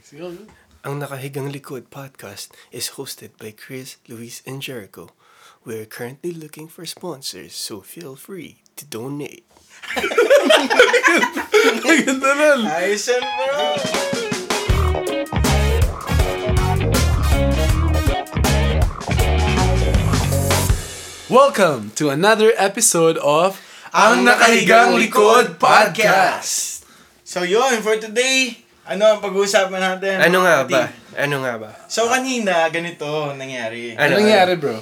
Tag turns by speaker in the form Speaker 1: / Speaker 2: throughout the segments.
Speaker 1: Siguro.
Speaker 2: Ang Nakahigang Likod podcast is hosted by Chris, Luis, and Jericho. We are currently looking for sponsors, so feel free to donate. Maganda nun.
Speaker 1: Ayos yan, bro!
Speaker 3: Welcome to another episode of
Speaker 1: Ang Nakahigang Likod Podcast. So yun, for today, ano ang pag-uusapan natin?
Speaker 2: Ano nga
Speaker 1: Ati?
Speaker 2: ba? Ano nga ba?
Speaker 1: So kanina, ganito ang nangyari.
Speaker 2: Ano?
Speaker 3: Ano nangyari, bro?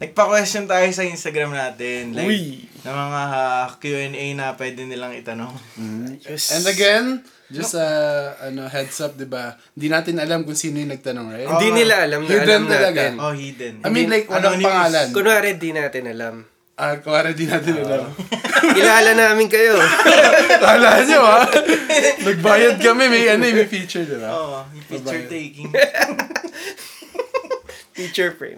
Speaker 1: Nagpa-question tayo sa Instagram natin. Like,
Speaker 3: Uy.
Speaker 1: ng mga ah, Q&A na pwede nilang itanong.
Speaker 2: Hmm.
Speaker 3: And again, just uh, ano, heads up, di ba? Hindi natin alam kung sino yung nagtanong, right?
Speaker 2: Hindi
Speaker 1: Oo.
Speaker 2: nila alam na
Speaker 3: Yun
Speaker 2: alam
Speaker 3: lang talaga.
Speaker 2: natin.
Speaker 1: Oh, hidden. Ano,
Speaker 3: I mean, like, walang
Speaker 1: Anonymous.
Speaker 3: pangalan.
Speaker 2: Kunwari, di natin alam.
Speaker 3: Ah, kuwari di natin alam.
Speaker 2: Kilala namin kayo.
Speaker 3: Tala nyo, ha? Nagbayad kami, may ano, may feature, di
Speaker 2: Ah.
Speaker 3: Ano ba?
Speaker 1: Oo, yung picture taking.
Speaker 2: Teacher frame.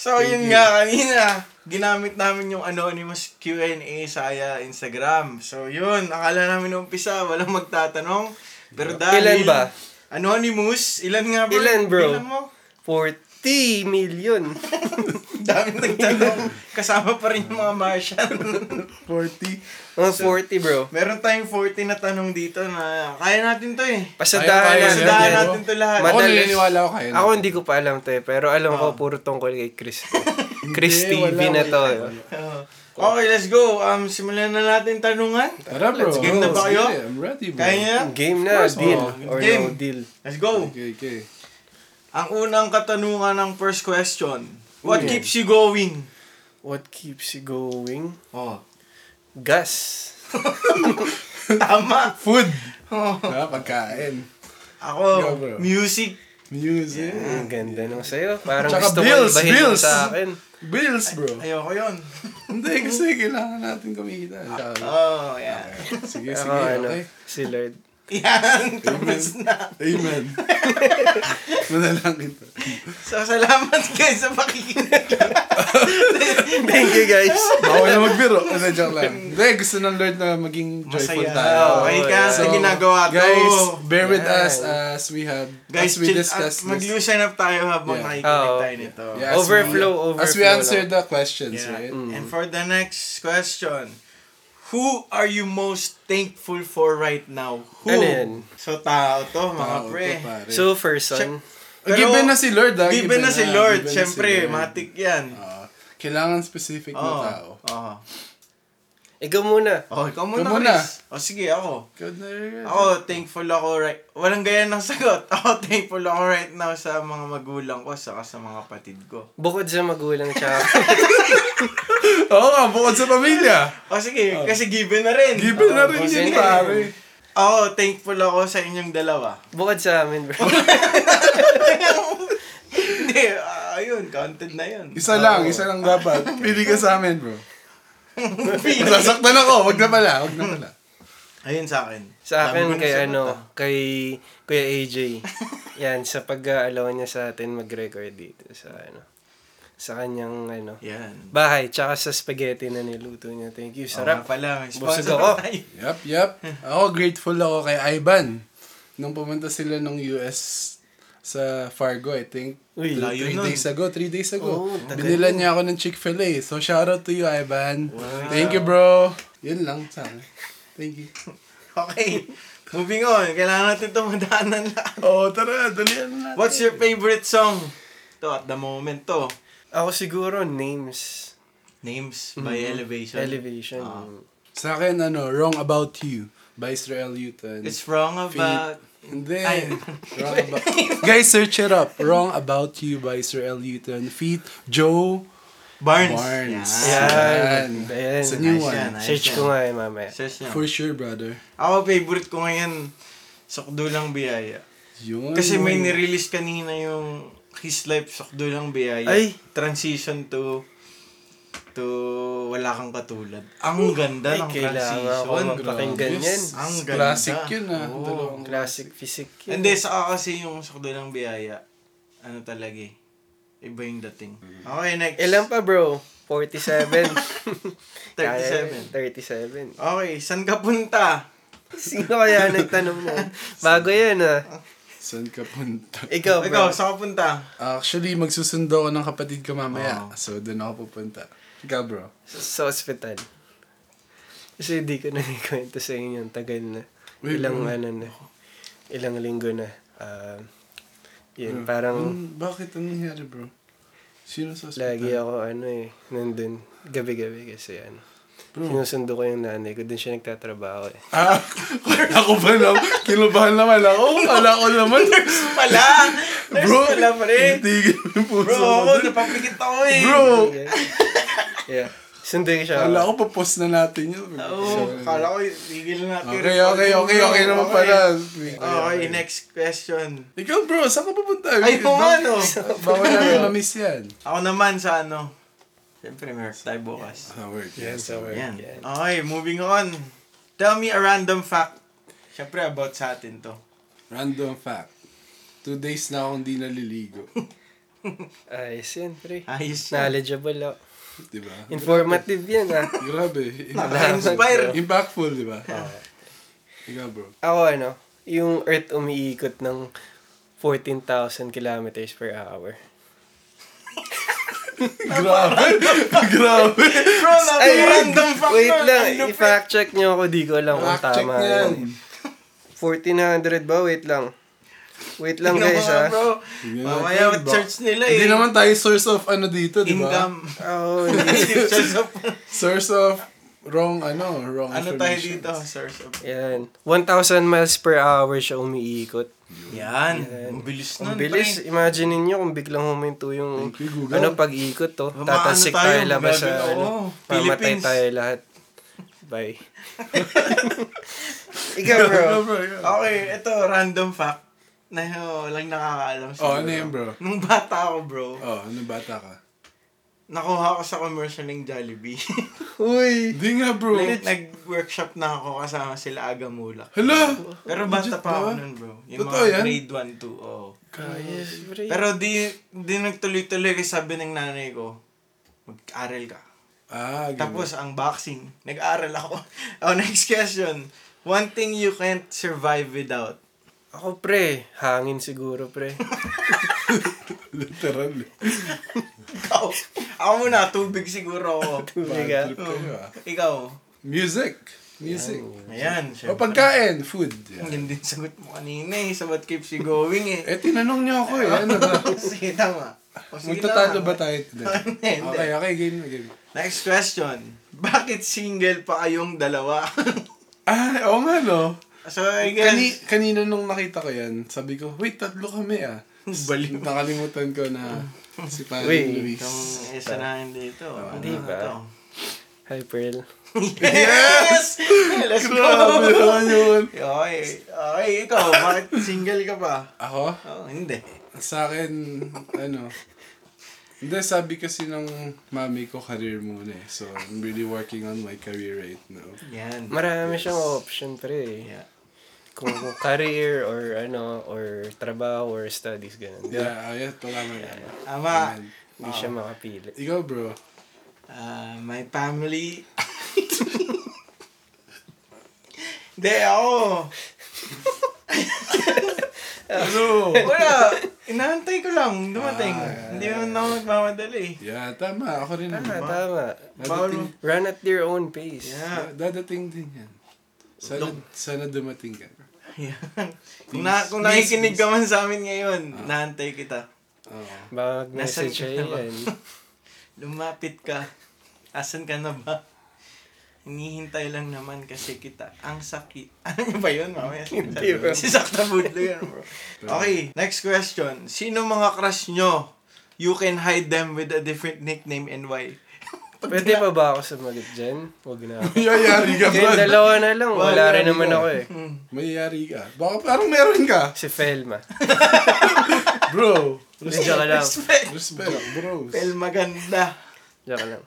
Speaker 1: so, yun nga, kanina, ginamit namin yung anonymous Q&A sa Aya Instagram. So, yun, akala namin nung umpisa, walang magtatanong. Pero dahil...
Speaker 2: Ilan ba?
Speaker 1: Anonymous? Ilan nga bro?
Speaker 2: Ilan, bro?
Speaker 1: Ilan mo?
Speaker 2: 40 million.
Speaker 1: Daming nagtanong. Kasama pa rin yung mga Martian.
Speaker 3: 40.
Speaker 2: Mga 40, bro.
Speaker 1: Meron tayong 40 na tanong dito na kaya natin to eh.
Speaker 2: Pasadahan
Speaker 3: Kaya- kaya
Speaker 2: natin.
Speaker 3: yan,
Speaker 1: Sadahan
Speaker 3: bro.
Speaker 1: natin to lahat.
Speaker 3: Ako
Speaker 2: Madalas-
Speaker 3: naniniwala ko kayo.
Speaker 2: Ako hindi ko pa alam to eh, pero alam ko puro tungkol kay Chris. Chris
Speaker 3: Ah. Hindi,
Speaker 2: TV
Speaker 3: wala,
Speaker 2: na to.
Speaker 3: wala,
Speaker 2: eh.
Speaker 3: wala.
Speaker 1: Oo. Oh. okay, let's go. Um, simulan na natin tanungan.
Speaker 3: Tara, bro.
Speaker 2: Let's
Speaker 1: game na ba kayo?
Speaker 3: Sige, I'm ready, bro.
Speaker 1: Kaya niya?
Speaker 2: Game na, deal
Speaker 3: oh.
Speaker 2: or
Speaker 1: Game.
Speaker 2: no deal.
Speaker 1: Let's go.
Speaker 3: Okay, okay.
Speaker 1: Ang unang katanungan ng first question. What
Speaker 2: Uy.
Speaker 1: keeps you going?
Speaker 2: What keeps you going?
Speaker 1: Oh.
Speaker 2: Gas.
Speaker 1: Tama.
Speaker 3: Food.
Speaker 1: Oh.
Speaker 3: Ah, pagkain. Yo,
Speaker 1: Ako,
Speaker 3: bro.
Speaker 1: music.
Speaker 3: Music.
Speaker 2: Ah, Ang ganda nung sayo. Parang
Speaker 3: Tsaka
Speaker 2: gusto
Speaker 3: bills,
Speaker 2: mo ibahin mo
Speaker 3: bills.
Speaker 2: sa akin.
Speaker 3: Bills, bro.
Speaker 1: Ayoko yun.
Speaker 3: Hindi, kasi kailangan natin kumita.
Speaker 2: Ah.
Speaker 1: Oh, yeah.
Speaker 3: Sige,
Speaker 2: Ako,
Speaker 3: sige,
Speaker 2: ano,
Speaker 3: okay.
Speaker 2: si Lord.
Speaker 1: Yan, tapos
Speaker 3: Amen.
Speaker 1: na.
Speaker 3: Amen. Manalangin pa.
Speaker 1: So, salamat guys sa pakikinig.
Speaker 2: Thank you guys.
Speaker 3: Bawal na magbiro. Ano, joke lang. Hindi, gusto ng Lord na maging joyful
Speaker 1: Masaya.
Speaker 3: tayo.
Speaker 1: Okay
Speaker 2: Oo,
Speaker 1: ka
Speaker 2: yeah.
Speaker 1: sa ginagawa ko.
Speaker 3: Guys, bear with
Speaker 2: Yeah.
Speaker 3: us as we have, as
Speaker 1: Guys,
Speaker 3: we
Speaker 1: chill- ah,
Speaker 3: discuss
Speaker 1: at
Speaker 3: this.
Speaker 1: mag-loosen up tayo habang
Speaker 3: Yeah.
Speaker 1: nakikinig
Speaker 2: Oo.
Speaker 1: tayo nito.
Speaker 3: Yeah, as
Speaker 2: Overflow,
Speaker 3: we-
Speaker 2: overflow.
Speaker 3: As we answer
Speaker 2: lang.
Speaker 3: the questions,
Speaker 1: Yeah. Mm.
Speaker 3: right? Mm.
Speaker 1: And for the next question, who are you most thankful for right now? Who?
Speaker 2: Ano yan?
Speaker 1: So, tao to, mga
Speaker 3: Tao to,
Speaker 1: pre.
Speaker 3: Ah, pare.
Speaker 2: So, first one.
Speaker 1: Pero,
Speaker 3: given na si Lord, ah.
Speaker 1: Given na si
Speaker 3: given
Speaker 1: Lord,
Speaker 3: na si
Speaker 1: syempre,
Speaker 3: Lord.
Speaker 1: matik yan.
Speaker 3: Ah, kailangan specific na
Speaker 1: Oo.
Speaker 3: tao.
Speaker 1: Oo.
Speaker 2: Ikaw muna.
Speaker 1: Oh,
Speaker 3: Ikaw
Speaker 1: ikaw muna,
Speaker 3: muna.
Speaker 1: Chris. O, sige, ako.
Speaker 3: God na rin.
Speaker 1: Ako, thankful ako right... Walang gaya ng sagot. Ako, thankful ako right now sa mga magulang ko, saka sa mga kapatid ko.
Speaker 2: Bukod sa magulang tsaka
Speaker 3: Oo nga, bukod sa pamilya.
Speaker 1: O, Oh, sige, kasi given na rin.
Speaker 3: Oh. Given na rin
Speaker 2: bukod
Speaker 3: yun,
Speaker 2: yun.
Speaker 3: pare.
Speaker 1: Ako, thankful ako sa inyong dalawa.
Speaker 2: bukod sa amin, bro.
Speaker 1: Hindi, ah, ayun, counted na yun.
Speaker 3: Isa lang, isa lang dapat. Pili ka sa amin, bro.
Speaker 1: Pili.
Speaker 3: Sasaktan ako, wag na pala, wag na pala.
Speaker 1: Ayun sa akin.
Speaker 2: Sa akin
Speaker 1: Dami ko na
Speaker 2: kay
Speaker 1: sagot,
Speaker 2: ano,
Speaker 1: ah.
Speaker 2: kay Kuya AJ. Yan sa pag-aalaw niya sa atin mag-record dito sa ano sa kanyang ano
Speaker 1: Yan.
Speaker 2: bahay tsaka sa spaghetti na niluto niya. Thank you. Sarap.
Speaker 1: Sarap. Oh, pala, may
Speaker 2: Busog
Speaker 1: sponsor
Speaker 2: ako.
Speaker 1: tayo.
Speaker 3: Yup, yup. Ako, grateful ako kay Ivan. Nung pumunta sila ng US sa Fargo, I think.
Speaker 2: Uy,
Speaker 3: Uy,
Speaker 1: layo
Speaker 3: three
Speaker 1: nun.
Speaker 3: days ago, three days ago.
Speaker 2: Oo, tagal
Speaker 3: Binila niya ako ng Chick-fil-A. So, shoutout to you, Ivan.
Speaker 1: Wow.
Speaker 3: Thank you, bro. Yun lang sa akin. Thank you.
Speaker 1: Okay. Moving on. Kailangan natin ito madaanan lang.
Speaker 3: Oh, tara, dalihan na natin.
Speaker 1: What's your favorite song? To at the moment to.
Speaker 2: Ako siguro names.
Speaker 1: Names by
Speaker 2: Mm-hmm.
Speaker 1: Elevation.
Speaker 2: Elevation.
Speaker 1: Ah.
Speaker 3: Sa akin, ano, Wrong About You by Israel Newton.
Speaker 1: It's wrong about...
Speaker 3: Hindi.
Speaker 1: Ay.
Speaker 3: Wrong about... Guys, search it up. Wrong About You by Israel Newton. Feat. Joe
Speaker 1: Barnes.
Speaker 3: Barnes.
Speaker 1: Yan.
Speaker 2: Yan.
Speaker 3: Yan.
Speaker 2: Yan.
Speaker 3: It's a new
Speaker 1: Nice
Speaker 3: one.
Speaker 1: yan, nice
Speaker 2: Search
Speaker 1: yan.
Speaker 2: ko nga eh mamaya.
Speaker 1: Search niya.
Speaker 3: For sure, brother.
Speaker 1: Ako, favorite ko ngayon, Sukdulang Biyaya.
Speaker 3: Yun.
Speaker 1: Kasi may nirelease kanina yung His Life, Sukdulang Biyaya.
Speaker 2: Ay!
Speaker 1: Transition to to wala kang katulad. Ang ganda
Speaker 2: Ay,
Speaker 1: ng
Speaker 2: kailangan ako
Speaker 1: transition.
Speaker 3: Grabe.
Speaker 2: magpakinggan yan.
Speaker 1: Ang ganda.
Speaker 3: Classic yun, ah.
Speaker 1: Oo.
Speaker 3: Dalawang-
Speaker 2: Classic physique.
Speaker 1: Hindi, saka kasi yung Sukdulang Biyaya, ano talaga eh. Iba yung dating. Okay, next.
Speaker 2: Ilan pa bro? 47. Kaya yun, 37.
Speaker 1: 37. Okay, saan ka punta?
Speaker 2: Sino kaya nagtanong na? Bago yan ah.
Speaker 3: Saan ka punta?
Speaker 2: Ikaw, bro.
Speaker 1: Ikaw, saan ka punta?
Speaker 3: Actually, magsusundo ako ng kapatid ko mamaya.
Speaker 1: Oo.
Speaker 3: So, doon ako pupunta. Ikaw, bro.
Speaker 2: sa ospital. Kasi di ko na ikwento sa inyo. Ang tagal na.
Speaker 3: Wait,
Speaker 2: ilang
Speaker 3: wait.
Speaker 2: ano na. Ilang linggo na. Ah, yun,
Speaker 1: Hmm. Um,
Speaker 2: parang
Speaker 3: Ano- bakit? Ano nangyari, bro? Sino sa hospital?
Speaker 2: lagi ako ano eh. Nandun. Gabi-gabi kasi ano.
Speaker 1: Hmm.
Speaker 3: Bro.
Speaker 2: Sinusundo ko yung nanay ko. Doon siya nagtatrabaho eh.
Speaker 3: Ah, ako ba naman? Kinubahan naman ako. Wala ko naman.
Speaker 1: Pala! Nurse
Speaker 3: Bro,
Speaker 1: pala pa rin.
Speaker 3: Tigil yung puso
Speaker 1: Bro,
Speaker 3: ko
Speaker 1: ako,
Speaker 3: dun.
Speaker 1: napapikit ako eh.
Speaker 3: Bro!
Speaker 2: yeah. Sundo ko siya.
Speaker 3: Wala ko, papost na natin yun.
Speaker 1: Oo, kala ko, tigil na natin.
Speaker 3: Okay, okay, okay, okay naman pala.
Speaker 1: Oh, Okay, next question.
Speaker 3: Ikaw bro, saan ka pupunta?
Speaker 1: Ay, kung
Speaker 3: Ba-
Speaker 1: ano.
Speaker 3: Bawal natin mamiss yan.
Speaker 1: Ako naman sa ano. Siyempre, may work tayo bukas.
Speaker 3: Sa work,
Speaker 2: Yes, sa work.
Speaker 1: Yan.
Speaker 2: Yan.
Speaker 1: Okay, moving on. Tell me a random fact. Siyempre, about sa atin to.
Speaker 3: Random fact. Two days na akong di naliligo.
Speaker 2: Ayos yan, pre.
Speaker 3: Ah,
Speaker 1: Ayos na.
Speaker 2: Knowledgeable ako.
Speaker 3: Di ba?
Speaker 2: Informative yan ah.
Speaker 3: Grabe.
Speaker 1: Nakaka-inspire.
Speaker 3: Impactful, di ba? Ikaw bro.
Speaker 2: Ako ano, yung Earth umiikot ng 14,000 kilometers per hour.
Speaker 3: Grabe. Grabe.
Speaker 1: Bro, nabi random fact
Speaker 2: wait
Speaker 1: to.
Speaker 2: lang,
Speaker 1: Random fact.
Speaker 2: i-fact check nyo ako, di ko alam kung
Speaker 3: Fact check
Speaker 2: tama.
Speaker 3: yan.
Speaker 2: yun. 1400 ba? Wait lang. Wait lang
Speaker 1: Tingnan mo
Speaker 2: guys ah.
Speaker 1: nga,
Speaker 2: ha.
Speaker 1: Bro,
Speaker 3: Tingnan
Speaker 1: mamaya
Speaker 3: natin, bro.
Speaker 1: search nila eh. Ano
Speaker 3: Hindi naman tayo source of ano dito, di ba?
Speaker 1: Income.
Speaker 2: Oh, hindi.
Speaker 1: Source of,
Speaker 3: Source of wrong ano, wrong
Speaker 1: ano tayo
Speaker 3: information.
Speaker 1: dito? Source of.
Speaker 2: Yan. 1,000 miles per hour siya umiikot.
Speaker 1: Yan. Ang bilis nun,
Speaker 2: Ang bilis.
Speaker 1: pre.
Speaker 2: Imagine niyo kung biglang huminto yung
Speaker 3: Thank you, Google.
Speaker 2: ano pag-ikot to.
Speaker 1: Maano
Speaker 2: Tatasik
Speaker 1: ano tayo,
Speaker 2: tayo labas sa
Speaker 1: grabe na, oo.
Speaker 2: ano. Mamatay
Speaker 1: Philippines.
Speaker 2: tayo lahat. Bye. Ikaw
Speaker 3: Ikaw,
Speaker 2: bro.
Speaker 3: Ano bro, ikaw.
Speaker 1: Okay, ito, random fact na walang nakakaalam
Speaker 3: Oh, ano yun, bro?
Speaker 1: Nung bata ako, bro,
Speaker 3: Oh, ano bata ka?
Speaker 1: nakuha ko sa commercial ng Jollibee.
Speaker 2: Uy.
Speaker 3: Hindi nga, bro.
Speaker 1: Nag- Nag-workshop na ako kasama sila Aga Mula.
Speaker 3: Hala!
Speaker 1: Pero bata
Speaker 3: Legit
Speaker 1: pa ako
Speaker 3: ba?
Speaker 1: nun, bro. Yung
Speaker 3: Totoo
Speaker 1: mga
Speaker 3: yan?
Speaker 1: grade 1, 2, oo.
Speaker 3: Kaya.
Speaker 2: Yes, bro.
Speaker 1: Pero di, di nagtuloy-tuloy kasi sabi ng nanay ko, mag-aral ka.
Speaker 3: Ah, ganun.
Speaker 1: Tapos ang boxing, nag-aral ako. oh, next question. One thing you can't survive without.
Speaker 2: Ako pre. Hangin siguro pre.
Speaker 3: Literal.
Speaker 1: Ikaw. Ako muna, tubig siguro ako.
Speaker 2: Tubig
Speaker 3: Bad
Speaker 2: ah.
Speaker 3: trip kayo, ah.
Speaker 1: Ikaw.
Speaker 3: Music. Music. O
Speaker 1: Ayan, Oh, syempre.
Speaker 3: pagkain, food. Yan.
Speaker 1: Ang ganda yung sagot mo kanina eh. Sa what keeps you going eh.
Speaker 3: Eh, tinanong niyo ako eh. Ano ba?
Speaker 1: Oh, sige, tama. O, sige
Speaker 3: Magtatalo
Speaker 1: na.
Speaker 3: ba tayo today?
Speaker 1: Hindi, hindi.
Speaker 3: Okay, okay, game na, game.
Speaker 1: Next question. Bakit single pa kayong dalawa?
Speaker 3: Ah, oo nga, no?
Speaker 1: so, I guess...
Speaker 3: Kani, kanina nung nakita ko yan, sabi ko, wait, tatlo kami ah.
Speaker 1: Baliw.
Speaker 3: Nakalimutan ko na si Paring
Speaker 2: Wait.
Speaker 3: Luis.
Speaker 1: Itong isa na yun dito. Ano
Speaker 2: Di ba?
Speaker 1: to?
Speaker 2: Hi Pearl.
Speaker 1: Yes! Let's
Speaker 3: Grabe
Speaker 1: go!
Speaker 3: naman yun.
Speaker 1: Okay. Okay, ikaw. Bakit single ka pa?
Speaker 3: Ako?
Speaker 1: Oh, hindi.
Speaker 3: Sa akin, ano, hindi, sabi kasi ng mami ko, career muna eh. So, I'm really working on my career right now.
Speaker 1: Yan.
Speaker 2: Marami siyang option pre.
Speaker 1: Yeah.
Speaker 2: Kung kung career or ano or trabaho or studies ganun.
Speaker 3: Yeah, ayos, tama tama.
Speaker 1: Ama,
Speaker 3: Amen.
Speaker 2: Hindi siya makapili.
Speaker 3: Ikaw, bro.
Speaker 1: ah, my family... Hindi, ako.
Speaker 3: Bro!
Speaker 1: Wala. Ano? Inaantay ko lang. Dumating. Hindi naman ako nagmamadali.
Speaker 3: yeah, tama. Ako rin.
Speaker 2: Tama,
Speaker 3: naman.
Speaker 2: tama.
Speaker 1: Bawal
Speaker 3: Dadating,
Speaker 1: mo. ah.
Speaker 2: Run at your own pace.
Speaker 1: Yeah.
Speaker 3: dadating din yan. Sana, sana dumating ka.
Speaker 1: Yan. Kung, na, kung
Speaker 3: Please,
Speaker 1: nakikinig ka man sa amin ngayon, naantay kita.
Speaker 3: Oo.
Speaker 2: Baka mag-message
Speaker 1: Nasaan ka
Speaker 2: siya
Speaker 1: na ba?
Speaker 2: yan.
Speaker 1: Lumapit ka. Asan ka na ba? Hinihintay lang naman kasi kita. Ang sakit. Ano ba yun, mamaya?
Speaker 2: Hindi, bro.
Speaker 1: Si Sakta Budlo yun, bro. Okay, next question. Sino mga crush nyo? You can hide them with a different nickname and why.
Speaker 2: Pwede pa ba ako sumagot dyan? Huwag na.
Speaker 3: Mayayari ka, bro.
Speaker 2: Kaya dalawa na lang. Wala
Speaker 3: Wala
Speaker 2: rin
Speaker 3: na
Speaker 2: naman
Speaker 3: lang.
Speaker 2: ako eh.
Speaker 1: Hmm.
Speaker 3: Mayayari ka. Baka parang meron ka.
Speaker 2: Si Felma.
Speaker 3: Bro.
Speaker 2: Diyan ka lang.
Speaker 1: Respect.
Speaker 3: Respect, bros.
Speaker 1: Well, maganda.
Speaker 2: Diyan ka lang.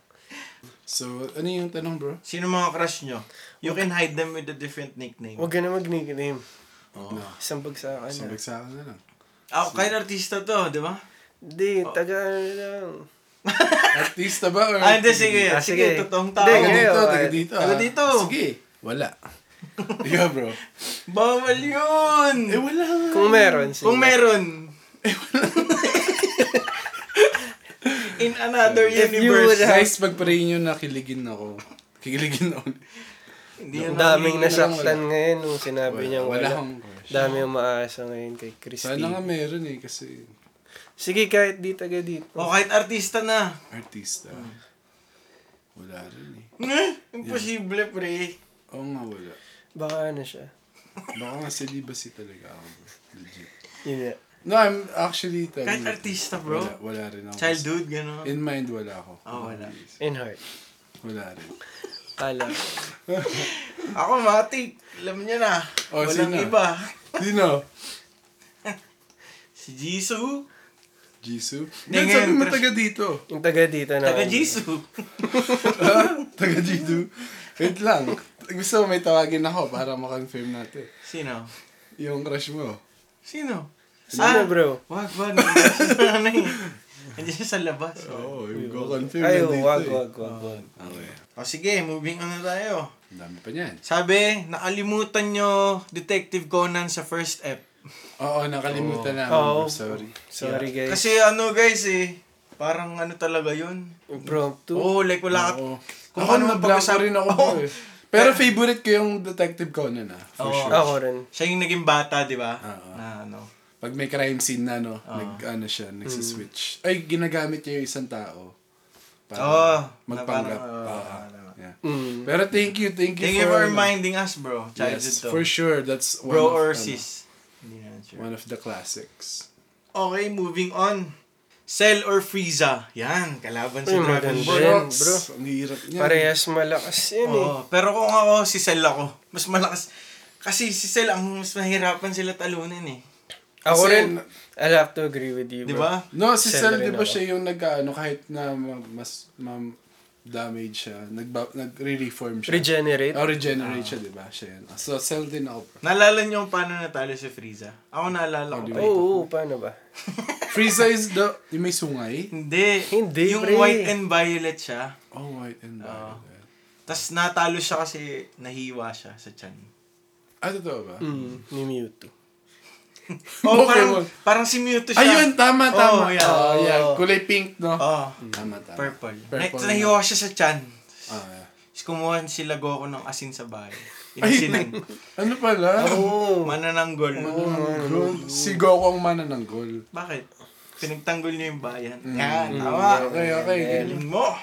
Speaker 3: So, ano yung tanong, bro?
Speaker 1: Sino mga crush nyo? You can hide them with a different nickname.
Speaker 2: Huwag ka na mag-nickname.
Speaker 3: No.
Speaker 2: Isang bagsakan na.
Speaker 3: Sabag sa akin na lang.
Speaker 1: Ah, kahit artista to, di ba?
Speaker 2: Hindi, taga ano lang.
Speaker 3: Artista ba? Or
Speaker 1: Ah, hindi, sige.
Speaker 2: Ah,
Speaker 1: sige.
Speaker 2: sige.
Speaker 1: totoong tao.
Speaker 3: Taga
Speaker 2: Hindi,
Speaker 3: dito,
Speaker 2: ngayon,
Speaker 3: taga
Speaker 2: ah,
Speaker 3: dito.
Speaker 1: taga
Speaker 3: ah.
Speaker 1: dito.
Speaker 3: Sige. Wala. Ikaw, bro.
Speaker 1: Bawal yun!
Speaker 3: Eh, wala nga.
Speaker 2: Kung meron, sige.
Speaker 1: Kung meron. In another
Speaker 2: If you
Speaker 1: universe.
Speaker 2: would have-
Speaker 3: Guys, pagpray nyo na kiligin ako. Kikiligin ako.
Speaker 1: Hindi
Speaker 2: Ang
Speaker 1: yan
Speaker 2: daming
Speaker 1: ang-
Speaker 2: nasaktan ngayon nung sinabi
Speaker 3: Wala,
Speaker 2: niya
Speaker 3: wala
Speaker 2: wala.
Speaker 3: akong crush.
Speaker 2: Dami umaasa ngayon kay Christy.
Speaker 3: Sana nga meron eh, kasi
Speaker 2: Sige, kahit di taga dito.
Speaker 1: O kahit artista na.
Speaker 3: artista. Wala rin eh.
Speaker 1: Eh, imposible, pre.
Speaker 3: Oo nga, wala.
Speaker 2: Baka ano siya.
Speaker 3: Baka nga celibacy talaga ako, bro. Legit.
Speaker 2: Yun nga.
Speaker 3: No, I'm actually
Speaker 1: Kahit
Speaker 3: telling you.
Speaker 1: artista, bro.
Speaker 3: Wala, wala rin ako.
Speaker 1: Childhood, gano'n.
Speaker 3: In mind, wala ako.
Speaker 1: Oh, wala.
Speaker 2: In heart.
Speaker 3: Wala rin.
Speaker 2: Kala. ko.
Speaker 1: Ako, Matik. Alam niya na.
Speaker 3: O, Oh,
Speaker 1: Walang
Speaker 3: sino?
Speaker 1: iba.
Speaker 3: Sino?
Speaker 1: Si Jisoo.
Speaker 3: Jisoo?
Speaker 1: Hindi,
Speaker 3: Hindi, sabi mo
Speaker 1: ngayon,
Speaker 3: taga dito.
Speaker 2: Yung taga dito na.
Speaker 1: Taga Jisoo.
Speaker 3: ha? Ah, Taga dito? Wait lang. Gusto mo may tawagin ako para makonfirm natin.
Speaker 1: Sino?
Speaker 3: Yung crush mo.
Speaker 1: Sino?
Speaker 2: Sino,
Speaker 1: Ah.
Speaker 2: bro?
Speaker 1: Wag, wag. Ano eh. Nandiyan siya sa labas.
Speaker 3: Oo, oh, yung go-confirm
Speaker 2: Ay,
Speaker 3: na dito.
Speaker 2: wag,
Speaker 3: eh.
Speaker 2: wag, wag, wag.
Speaker 3: Okay.
Speaker 1: O Oh, sige, moving on na tayo.
Speaker 3: Ang dami pa niyan.
Speaker 1: Sabi, nakalimutan nyo Detective Conan sa first ep.
Speaker 3: Oo, nakalimutan namin.
Speaker 2: Oo.
Speaker 3: bro. Sorry.
Speaker 2: Sorry, guys.
Speaker 1: Kasi ano guys eh, parang ano talaga yun.
Speaker 2: Impromptu.
Speaker 1: Oo, like wala ka.
Speaker 3: Oo.
Speaker 1: Kung
Speaker 3: ako,
Speaker 1: ano ang
Speaker 3: na-blanco
Speaker 1: pag-usap-
Speaker 3: rin ako.
Speaker 1: Oo.
Speaker 3: bro, eh. Pero favorite ko yung Detective Conan ah. For
Speaker 1: Oo.
Speaker 3: sure.
Speaker 2: Ako rin.
Speaker 1: Siya yung naging bata, di ba?
Speaker 3: Oo.
Speaker 1: Na ano.
Speaker 3: Pag may crime scene na, no,
Speaker 1: Ah.
Speaker 3: nag, ano siya, nagsiswitch. Ay, ginagamit niya yung isang tao. Para
Speaker 1: Oo.
Speaker 3: magpanggap.
Speaker 1: Hmm. Ah, Oh, Na parang, Ah, diba? oo,
Speaker 3: Oo.
Speaker 1: tama.
Speaker 3: Yeah.
Speaker 2: Mm.
Speaker 3: Pero thank you, thank you
Speaker 1: Thank you for
Speaker 3: ano,
Speaker 1: reminding us, bro. Childhood
Speaker 3: Yes,
Speaker 1: to.
Speaker 3: for sure. That's one
Speaker 1: Bro
Speaker 3: of,
Speaker 1: or
Speaker 3: ano,
Speaker 1: sis. Hindi na sure.
Speaker 3: One of the classics.
Speaker 1: Okay, moving on. Cell or Frieza. Yan, kalaban sa
Speaker 2: Uy,
Speaker 1: Dragon
Speaker 2: maganda
Speaker 1: Ball.
Speaker 2: yan.
Speaker 3: Rocks,
Speaker 2: bro.
Speaker 3: Ang hirap niya.
Speaker 2: Parehas malakas yun eh.
Speaker 1: Oo, pero kung ako, si Cell ako. Mas malakas. Kasi si Cell, ang mas mahirapan sila talunin eh.
Speaker 2: Ako
Speaker 3: Kasi
Speaker 2: rin.
Speaker 3: na-
Speaker 2: I'll have to agree with you,
Speaker 1: Di
Speaker 2: bro.
Speaker 1: ba?
Speaker 3: No, si
Speaker 2: Sell
Speaker 3: Cell,
Speaker 2: rin
Speaker 3: di ba
Speaker 2: ako.
Speaker 3: siya yung nag-ano, kahit na ma- mas ma- damage siya, nagba- nag-reform siya.
Speaker 2: Regenerate.
Speaker 3: Oh, regenerate siya, di ba? Siya yun. So, Cell din ako. bro.
Speaker 1: Naalala niyo kung paano natalo si Frieza? Ako naalala ko.
Speaker 3: Oh, di
Speaker 2: Oo,
Speaker 1: pre.
Speaker 3: ba?
Speaker 2: oo, paano ba?
Speaker 3: Frieza is the, yung may
Speaker 1: Hmm.
Speaker 3: sungay.
Speaker 1: Hindi.
Speaker 2: Hindi,
Speaker 1: Yung
Speaker 2: pre.
Speaker 1: white and violet siya.
Speaker 3: Oh, white and violet.
Speaker 1: Ah. Tapos natalo siya kasi nahiwa siya sa chan.
Speaker 3: Ah, totoo ba?
Speaker 2: Mm, ni Mewtwo.
Speaker 1: Oh, parang,
Speaker 3: Pokemon.
Speaker 1: parang si Mewtwo siya.
Speaker 3: Ayun, tama, tama.
Speaker 1: Oh,
Speaker 3: Oh,
Speaker 1: yeah.
Speaker 3: yeah.
Speaker 2: Oh.
Speaker 3: Kulay pink, no?
Speaker 1: Oh,
Speaker 3: Tama, tama.
Speaker 1: purple.
Speaker 3: Purple.
Speaker 1: Next, nahiwa siya sa chan.
Speaker 3: Ah, yeah.
Speaker 1: Tapos kumuha sila Goku ng asin sa bahay. Inasinan.
Speaker 3: Ano pala? Ah.
Speaker 1: Oh.
Speaker 2: Oo.
Speaker 1: Manananggol.
Speaker 3: Oh.
Speaker 1: Oh.
Speaker 3: Goal. Si Goku ang manananggol.
Speaker 1: Bakit? Pinagtanggol niyo yung bayan. Yan, tama.
Speaker 3: Ah, okay, okay.
Speaker 1: Galing mo.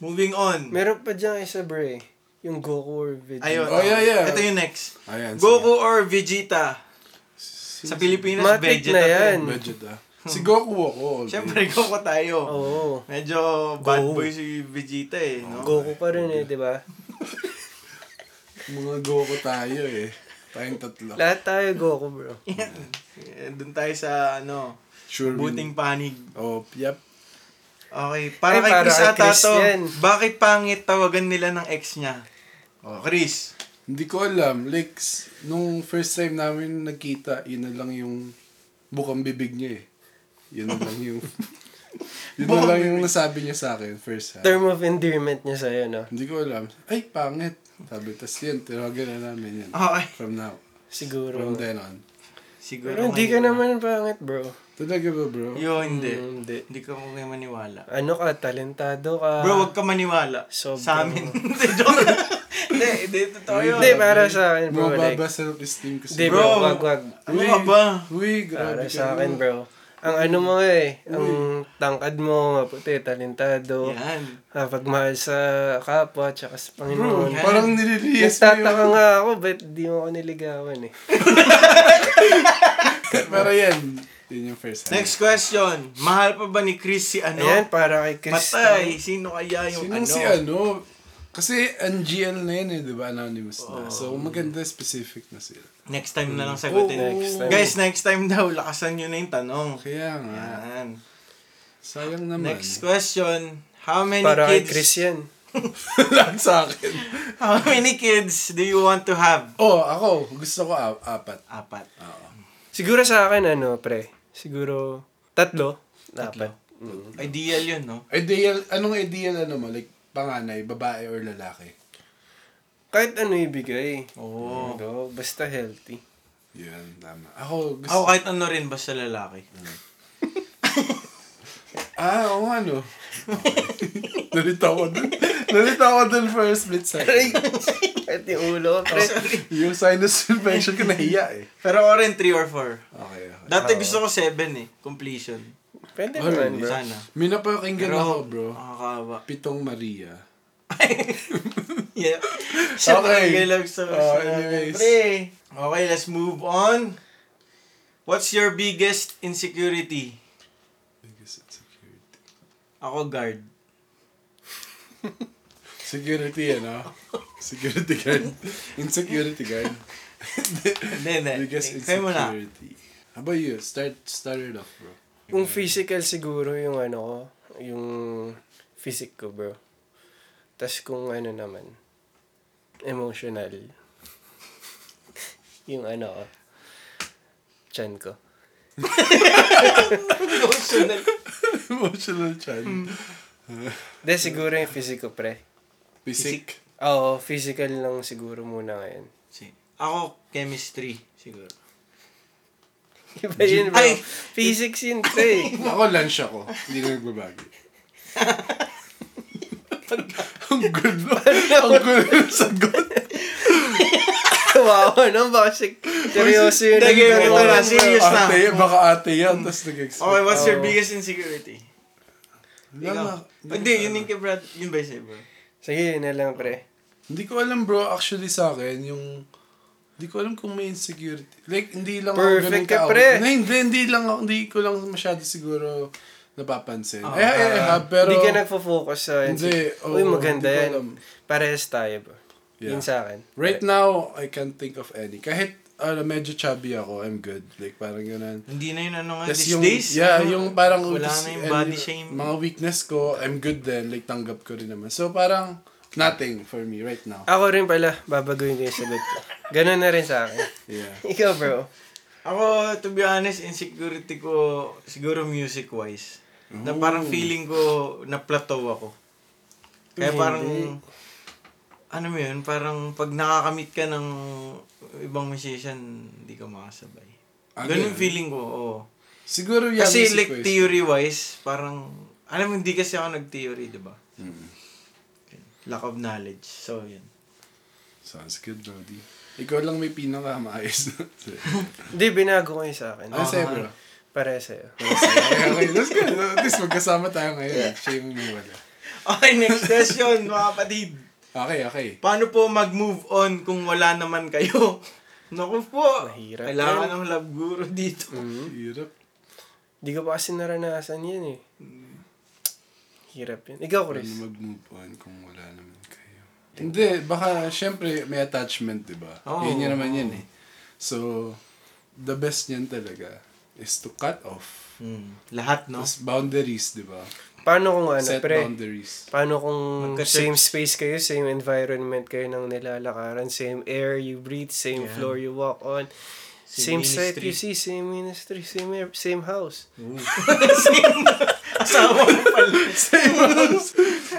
Speaker 1: Moving on.
Speaker 2: Meron pa dyan isa, bro eh. Yung Goku or Vegeta.
Speaker 1: Ayun.
Speaker 3: Oh, yeah, yeah.
Speaker 1: Ito yung next.
Speaker 3: Ayan.
Speaker 1: Goku or Vegeta?
Speaker 3: Si,
Speaker 1: Sa Pilipinas,
Speaker 2: Matik
Speaker 1: Vegeta.
Speaker 2: na
Speaker 1: to. eh.
Speaker 2: yan.
Speaker 3: Vegeta. ah. Si Goku ako. all day.
Speaker 1: Siyempre, Goku tayo.
Speaker 3: Oh.
Speaker 2: Oo.
Speaker 1: Medyo bad
Speaker 2: Go.
Speaker 1: boy si Vegeta eh, no?
Speaker 2: Goku pa rin eh, di ba?
Speaker 3: Mga Goku tayo eh. Tayong tatlo.
Speaker 2: Lahat tayo Goku, bro.
Speaker 1: Eh, Doon tayo sa, ano,
Speaker 3: Sure.
Speaker 1: buting
Speaker 3: win.
Speaker 1: panig.
Speaker 3: Oh, yep.
Speaker 1: Okay, para
Speaker 2: Ay,
Speaker 1: kay
Speaker 2: para
Speaker 1: Chris
Speaker 2: kay
Speaker 1: ata
Speaker 2: Chris
Speaker 1: to.
Speaker 2: yan.
Speaker 1: Bakit pangit tawagan nila ng ex niya? Oh, Chris.
Speaker 3: Hindi ko alam. Like, s- nung first time namin nagkita, yun na lang yung bukang bibig niya eh. Yun na lang yung... yun na
Speaker 1: Bukang
Speaker 3: lang yung nasabi niya sa akin first time.
Speaker 2: Term of endearment niya sa'yo, no?
Speaker 3: Hindi ko alam. Ay, pangit. Sabi, tas yun, tinawagan na
Speaker 2: Ah.
Speaker 3: namin yun.
Speaker 1: Okay.
Speaker 3: From now.
Speaker 2: Siguro.
Speaker 3: From then on.
Speaker 1: Siguro
Speaker 2: Pero hindi ka
Speaker 1: ngayon.
Speaker 2: naman pangit, bro.
Speaker 3: Talaga ba, bro?
Speaker 1: Yun, hindi.
Speaker 2: Mm, hindi.
Speaker 1: Hindi ka mo kayo maniwala.
Speaker 2: Ano ka, talentado ka.
Speaker 1: Bro, huwag ka maniwala.
Speaker 2: Sobrang-
Speaker 1: Sa amin. Hindi, joke. Hindi, hindi, totoo yun.
Speaker 2: Hindi, para sa akin, bro. Like,
Speaker 3: Mababa self-esteem kasi.
Speaker 2: Hindi,
Speaker 1: Bro.
Speaker 2: bro. Wag, wag.
Speaker 1: Ano ka ba?
Speaker 3: Uy,
Speaker 2: Para
Speaker 3: grabe ka.
Speaker 2: sa akin, bro. Ang ano mo eh, ang tangkad mo, maputi, talentado,
Speaker 1: Yan.
Speaker 2: yeah. pagmahal sa kapwa, tsaka sa
Speaker 3: Bro,
Speaker 2: Panginoon.
Speaker 1: Yan.
Speaker 3: parang nililihis mo
Speaker 2: Nagtataka
Speaker 3: yun.
Speaker 2: nga ako, ba't di mo ako niligawan eh?
Speaker 3: Pero yan, yun yung first time.
Speaker 1: Next question. Mahal pa ba ni Chris si ano?
Speaker 2: Ayan, para kay Chris.
Speaker 1: Patay. Sino kaya yung
Speaker 3: Sinong
Speaker 1: ano?
Speaker 3: si ano? Kasi ang GL na yun eh, di ba? Anonymous na.
Speaker 1: Oh.
Speaker 3: So, maganda specific na sila.
Speaker 1: Next time na lang sagutin.
Speaker 2: Hmm. Oo, next time.
Speaker 1: Guys, next time daw, lakasan nyo na yung tanong.
Speaker 3: Kaya nga,
Speaker 1: Yan.
Speaker 3: sayang naman.
Speaker 1: Next question. How many
Speaker 2: Para kay
Speaker 1: kids
Speaker 2: Chris yan.
Speaker 3: Lahat sa akin.
Speaker 1: How many kids do you want to have?
Speaker 3: Oh, ako, gusto ko ap- apat.
Speaker 1: Apat.
Speaker 2: Siguro sa akin, ano, pre? Siguro, tatlo. Dapat.
Speaker 1: Ideal yun, no?
Speaker 3: Ideal, anong ideal ano mo? Like, panganay, babae or lalaki?
Speaker 2: Kahit ano ibigay.
Speaker 1: Oo.
Speaker 2: Diba? Basta healthy.
Speaker 3: Yun, tama. Ako, gusto...
Speaker 1: Ako kahit ano rin basta lalaki.
Speaker 3: Ah, oo, ano? Nalita ko dun. Nalita ko dun for a split second.
Speaker 2: Aray! Kahit yung ulo. Pre.
Speaker 3: Yung sinus infection ko nahiya eh.
Speaker 1: Pero ako rin 3 or 4.
Speaker 3: Okay. okay.
Speaker 1: Dati
Speaker 2: Oo.
Speaker 1: gusto ko 7 eh. Completion.
Speaker 2: Pwede
Speaker 3: Oh,
Speaker 2: naman,
Speaker 3: really?
Speaker 2: bro.
Speaker 1: Sana.
Speaker 3: May napakinggan ako, bro.
Speaker 1: Nakakaawa.
Speaker 3: Pitong Maria.
Speaker 1: yeah. Siya
Speaker 3: Okay.
Speaker 1: okay. lang sa
Speaker 3: Oh,
Speaker 1: sa-
Speaker 3: anyways.
Speaker 1: Pre. Okay, let's move on. What's your biggest insecurity?
Speaker 3: Biggest insecurity.
Speaker 1: Ako guard.
Speaker 3: Security, ano? Security guard. Insecurity guard.
Speaker 1: Hindi, hindi.
Speaker 3: Biggest
Speaker 1: Kayo muna.
Speaker 3: insecurity. How about you? Start, start it off, bro.
Speaker 2: Yung physical siguro yung ano ko, yung physic ko, bro. Tapos kung ano naman, emotional. yung ano ko, chan ko.
Speaker 1: Emotional.
Speaker 3: Emotional child.
Speaker 2: De, siguro yung physic ko, pre.
Speaker 3: Physic.
Speaker 2: Oo, physical lang siguro muna ngayon.
Speaker 1: Si- Ako, chemistry. Siguro.
Speaker 2: Iba yun, bro.
Speaker 1: Ay!
Speaker 2: Physics yun, pre.
Speaker 3: Ako lunch ako. Hindi ko nagbabago. ang gulo. ang gulo ng sagot.
Speaker 2: Kawawa no? Baka si- seryoso yun.
Speaker 1: Hindi,
Speaker 2: Ang
Speaker 1: ganito
Speaker 2: ganun,
Speaker 1: na,
Speaker 2: bro.
Speaker 1: serious. na.
Speaker 3: Ate, baka ate yan. Tapos nag-expect.
Speaker 1: Okay, what's your
Speaker 2: Oh.
Speaker 1: biggest insecurity? Ikaw. Hindi,
Speaker 3: ano.
Speaker 1: yun yung kay Brad. Yun ba sa'yo, bro?
Speaker 2: Sige, yun na lang, pre.
Speaker 3: Hindi ko alam bro, actually sa akin, yung... Hindi ko alam kung may insecurity. Like, hindi lang
Speaker 2: Perfect ka,
Speaker 3: ako ganun
Speaker 2: pre.
Speaker 3: Na, hindi, hindi lang ako, hindi ko lang masyado siguro napapansin.
Speaker 1: Ah,
Speaker 3: eh, eh, eh, ha, pero...
Speaker 2: Hindi ka nagfo-focus sa...
Speaker 3: Hindi, oo,
Speaker 2: Uy, maganda
Speaker 3: hindi ko
Speaker 2: yan.
Speaker 3: alam.
Speaker 2: Parehas tayo, bro.
Speaker 3: Yeah.
Speaker 2: Yun sa akin.
Speaker 3: Right now, I can't think of any. Kahit, ano, medyo chubby ako, I'm good. Like, parang ganun.
Speaker 1: Hindi na yun ano nga
Speaker 3: Tas
Speaker 1: these
Speaker 3: yung,
Speaker 1: days.
Speaker 3: Yeah,
Speaker 1: ano,
Speaker 3: yung parang...
Speaker 1: Wala
Speaker 3: this-
Speaker 1: na yung
Speaker 3: and
Speaker 1: body
Speaker 3: yung
Speaker 1: shame.
Speaker 3: Mga weakness ko, I'm good then. Like, tanggap ko rin naman. So, parang nothing for me right now.
Speaker 2: Ako rin pala, babaguhin ko yung sagot ko. Ganun na rin sa akin.
Speaker 3: Yeah.
Speaker 2: Ikaw, bro.
Speaker 1: Ako, to be honest, insecurity ko, siguro music-wise. Na parang feeling ko, na-plateau ako. Kaya parang, ano mo yun, parang pag nakakamit ka ng ibang musician, hindi ka makasabay.
Speaker 3: Ah,
Speaker 1: Ganun
Speaker 3: ganun?
Speaker 1: feeling ko, oo.
Speaker 3: Siguro yung
Speaker 1: Kasi
Speaker 3: music
Speaker 1: like
Speaker 3: ko is-
Speaker 1: theory-wise, parang, alam mo, hindi kasi ako nag-theory, di ba?
Speaker 2: Mm-hmm.
Speaker 1: Lack of knowledge. So, yun.
Speaker 3: Sounds good, Brody. Ikaw lang may pinaka maayos na.
Speaker 2: Hindi, binago ko yun sa akin.
Speaker 3: Ano sa'yo, bro?
Speaker 2: Parehas sa'yo.
Speaker 3: Okay, that's good. At least magkasama tayo ngayon. Shame mo wala.
Speaker 1: Okay, next question, mga kapatid.
Speaker 3: Okay, okay.
Speaker 1: Paano po mag-move on kung wala naman kayo? Naku po.
Speaker 2: Mahirap
Speaker 1: Kailangan
Speaker 2: yan.
Speaker 1: ng love guru dito.
Speaker 3: Hirap.
Speaker 2: Hindi ko pa kasi naranasan yun eh. Hirap yun. Ikaw,
Speaker 3: Paano
Speaker 2: Chris.
Speaker 3: mag-move on kung wala naman kayo? Hindi, baka syempre may attachment, di ba?
Speaker 1: Oo.
Speaker 3: yun yun naman yun eh. So, the best niyan talaga is to cut off.
Speaker 1: Hmm. Lahat, no?
Speaker 3: Tapos boundaries, di ba?
Speaker 2: Paano kung ano,
Speaker 3: Set
Speaker 2: pre?
Speaker 3: boundaries.
Speaker 2: Paano kung
Speaker 1: Magka-search.
Speaker 2: same space kayo, same environment kayo nang nilalakaran, same air you breathe, same
Speaker 1: Yeah.
Speaker 2: floor you walk on, same,
Speaker 1: Same
Speaker 2: site
Speaker 1: ministry.
Speaker 2: you see, same ministry, same air, same house.
Speaker 1: Asawa mo pala.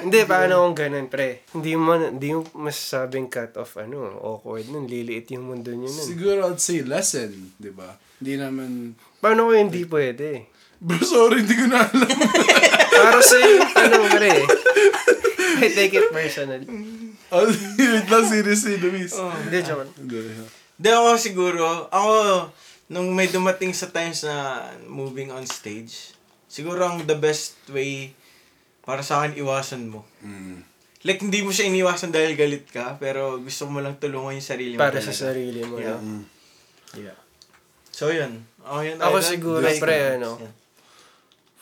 Speaker 2: Hindi, paano kung ganun, pre? Hindi mo, hindi mo masasabing cut off, ano, awkward nun, liliit yung mundo nyo nun.
Speaker 3: Siguro I'd say lesson, di ba? Hindi naman...
Speaker 2: Paano kung hindi pwede?
Speaker 3: Bro, sorry, hindi ko na alam.
Speaker 2: Para sa'yo yung tanong, pre. I take it personal.
Speaker 3: Oh, wait lang, seriously, Luis.
Speaker 2: Hindi, joke. lang.
Speaker 1: Hindi ako siguro. Ako, nung may dumating sa times na moving on stage, siguro ang the best way para sa akin, iwasan mo.
Speaker 2: Mm.
Speaker 1: Like, hindi mo siya iniwasan dahil galit ka, pero gusto mo lang tulungan yung sarili mo.
Speaker 2: Para
Speaker 1: talaga.
Speaker 2: sa sarili mo.
Speaker 1: Yeah.
Speaker 2: no?
Speaker 1: Yeah. So, yun. Ako, yun
Speaker 2: Ako
Speaker 1: Idol.
Speaker 2: siguro,
Speaker 1: Like,
Speaker 2: pre, ano?
Speaker 1: yeah.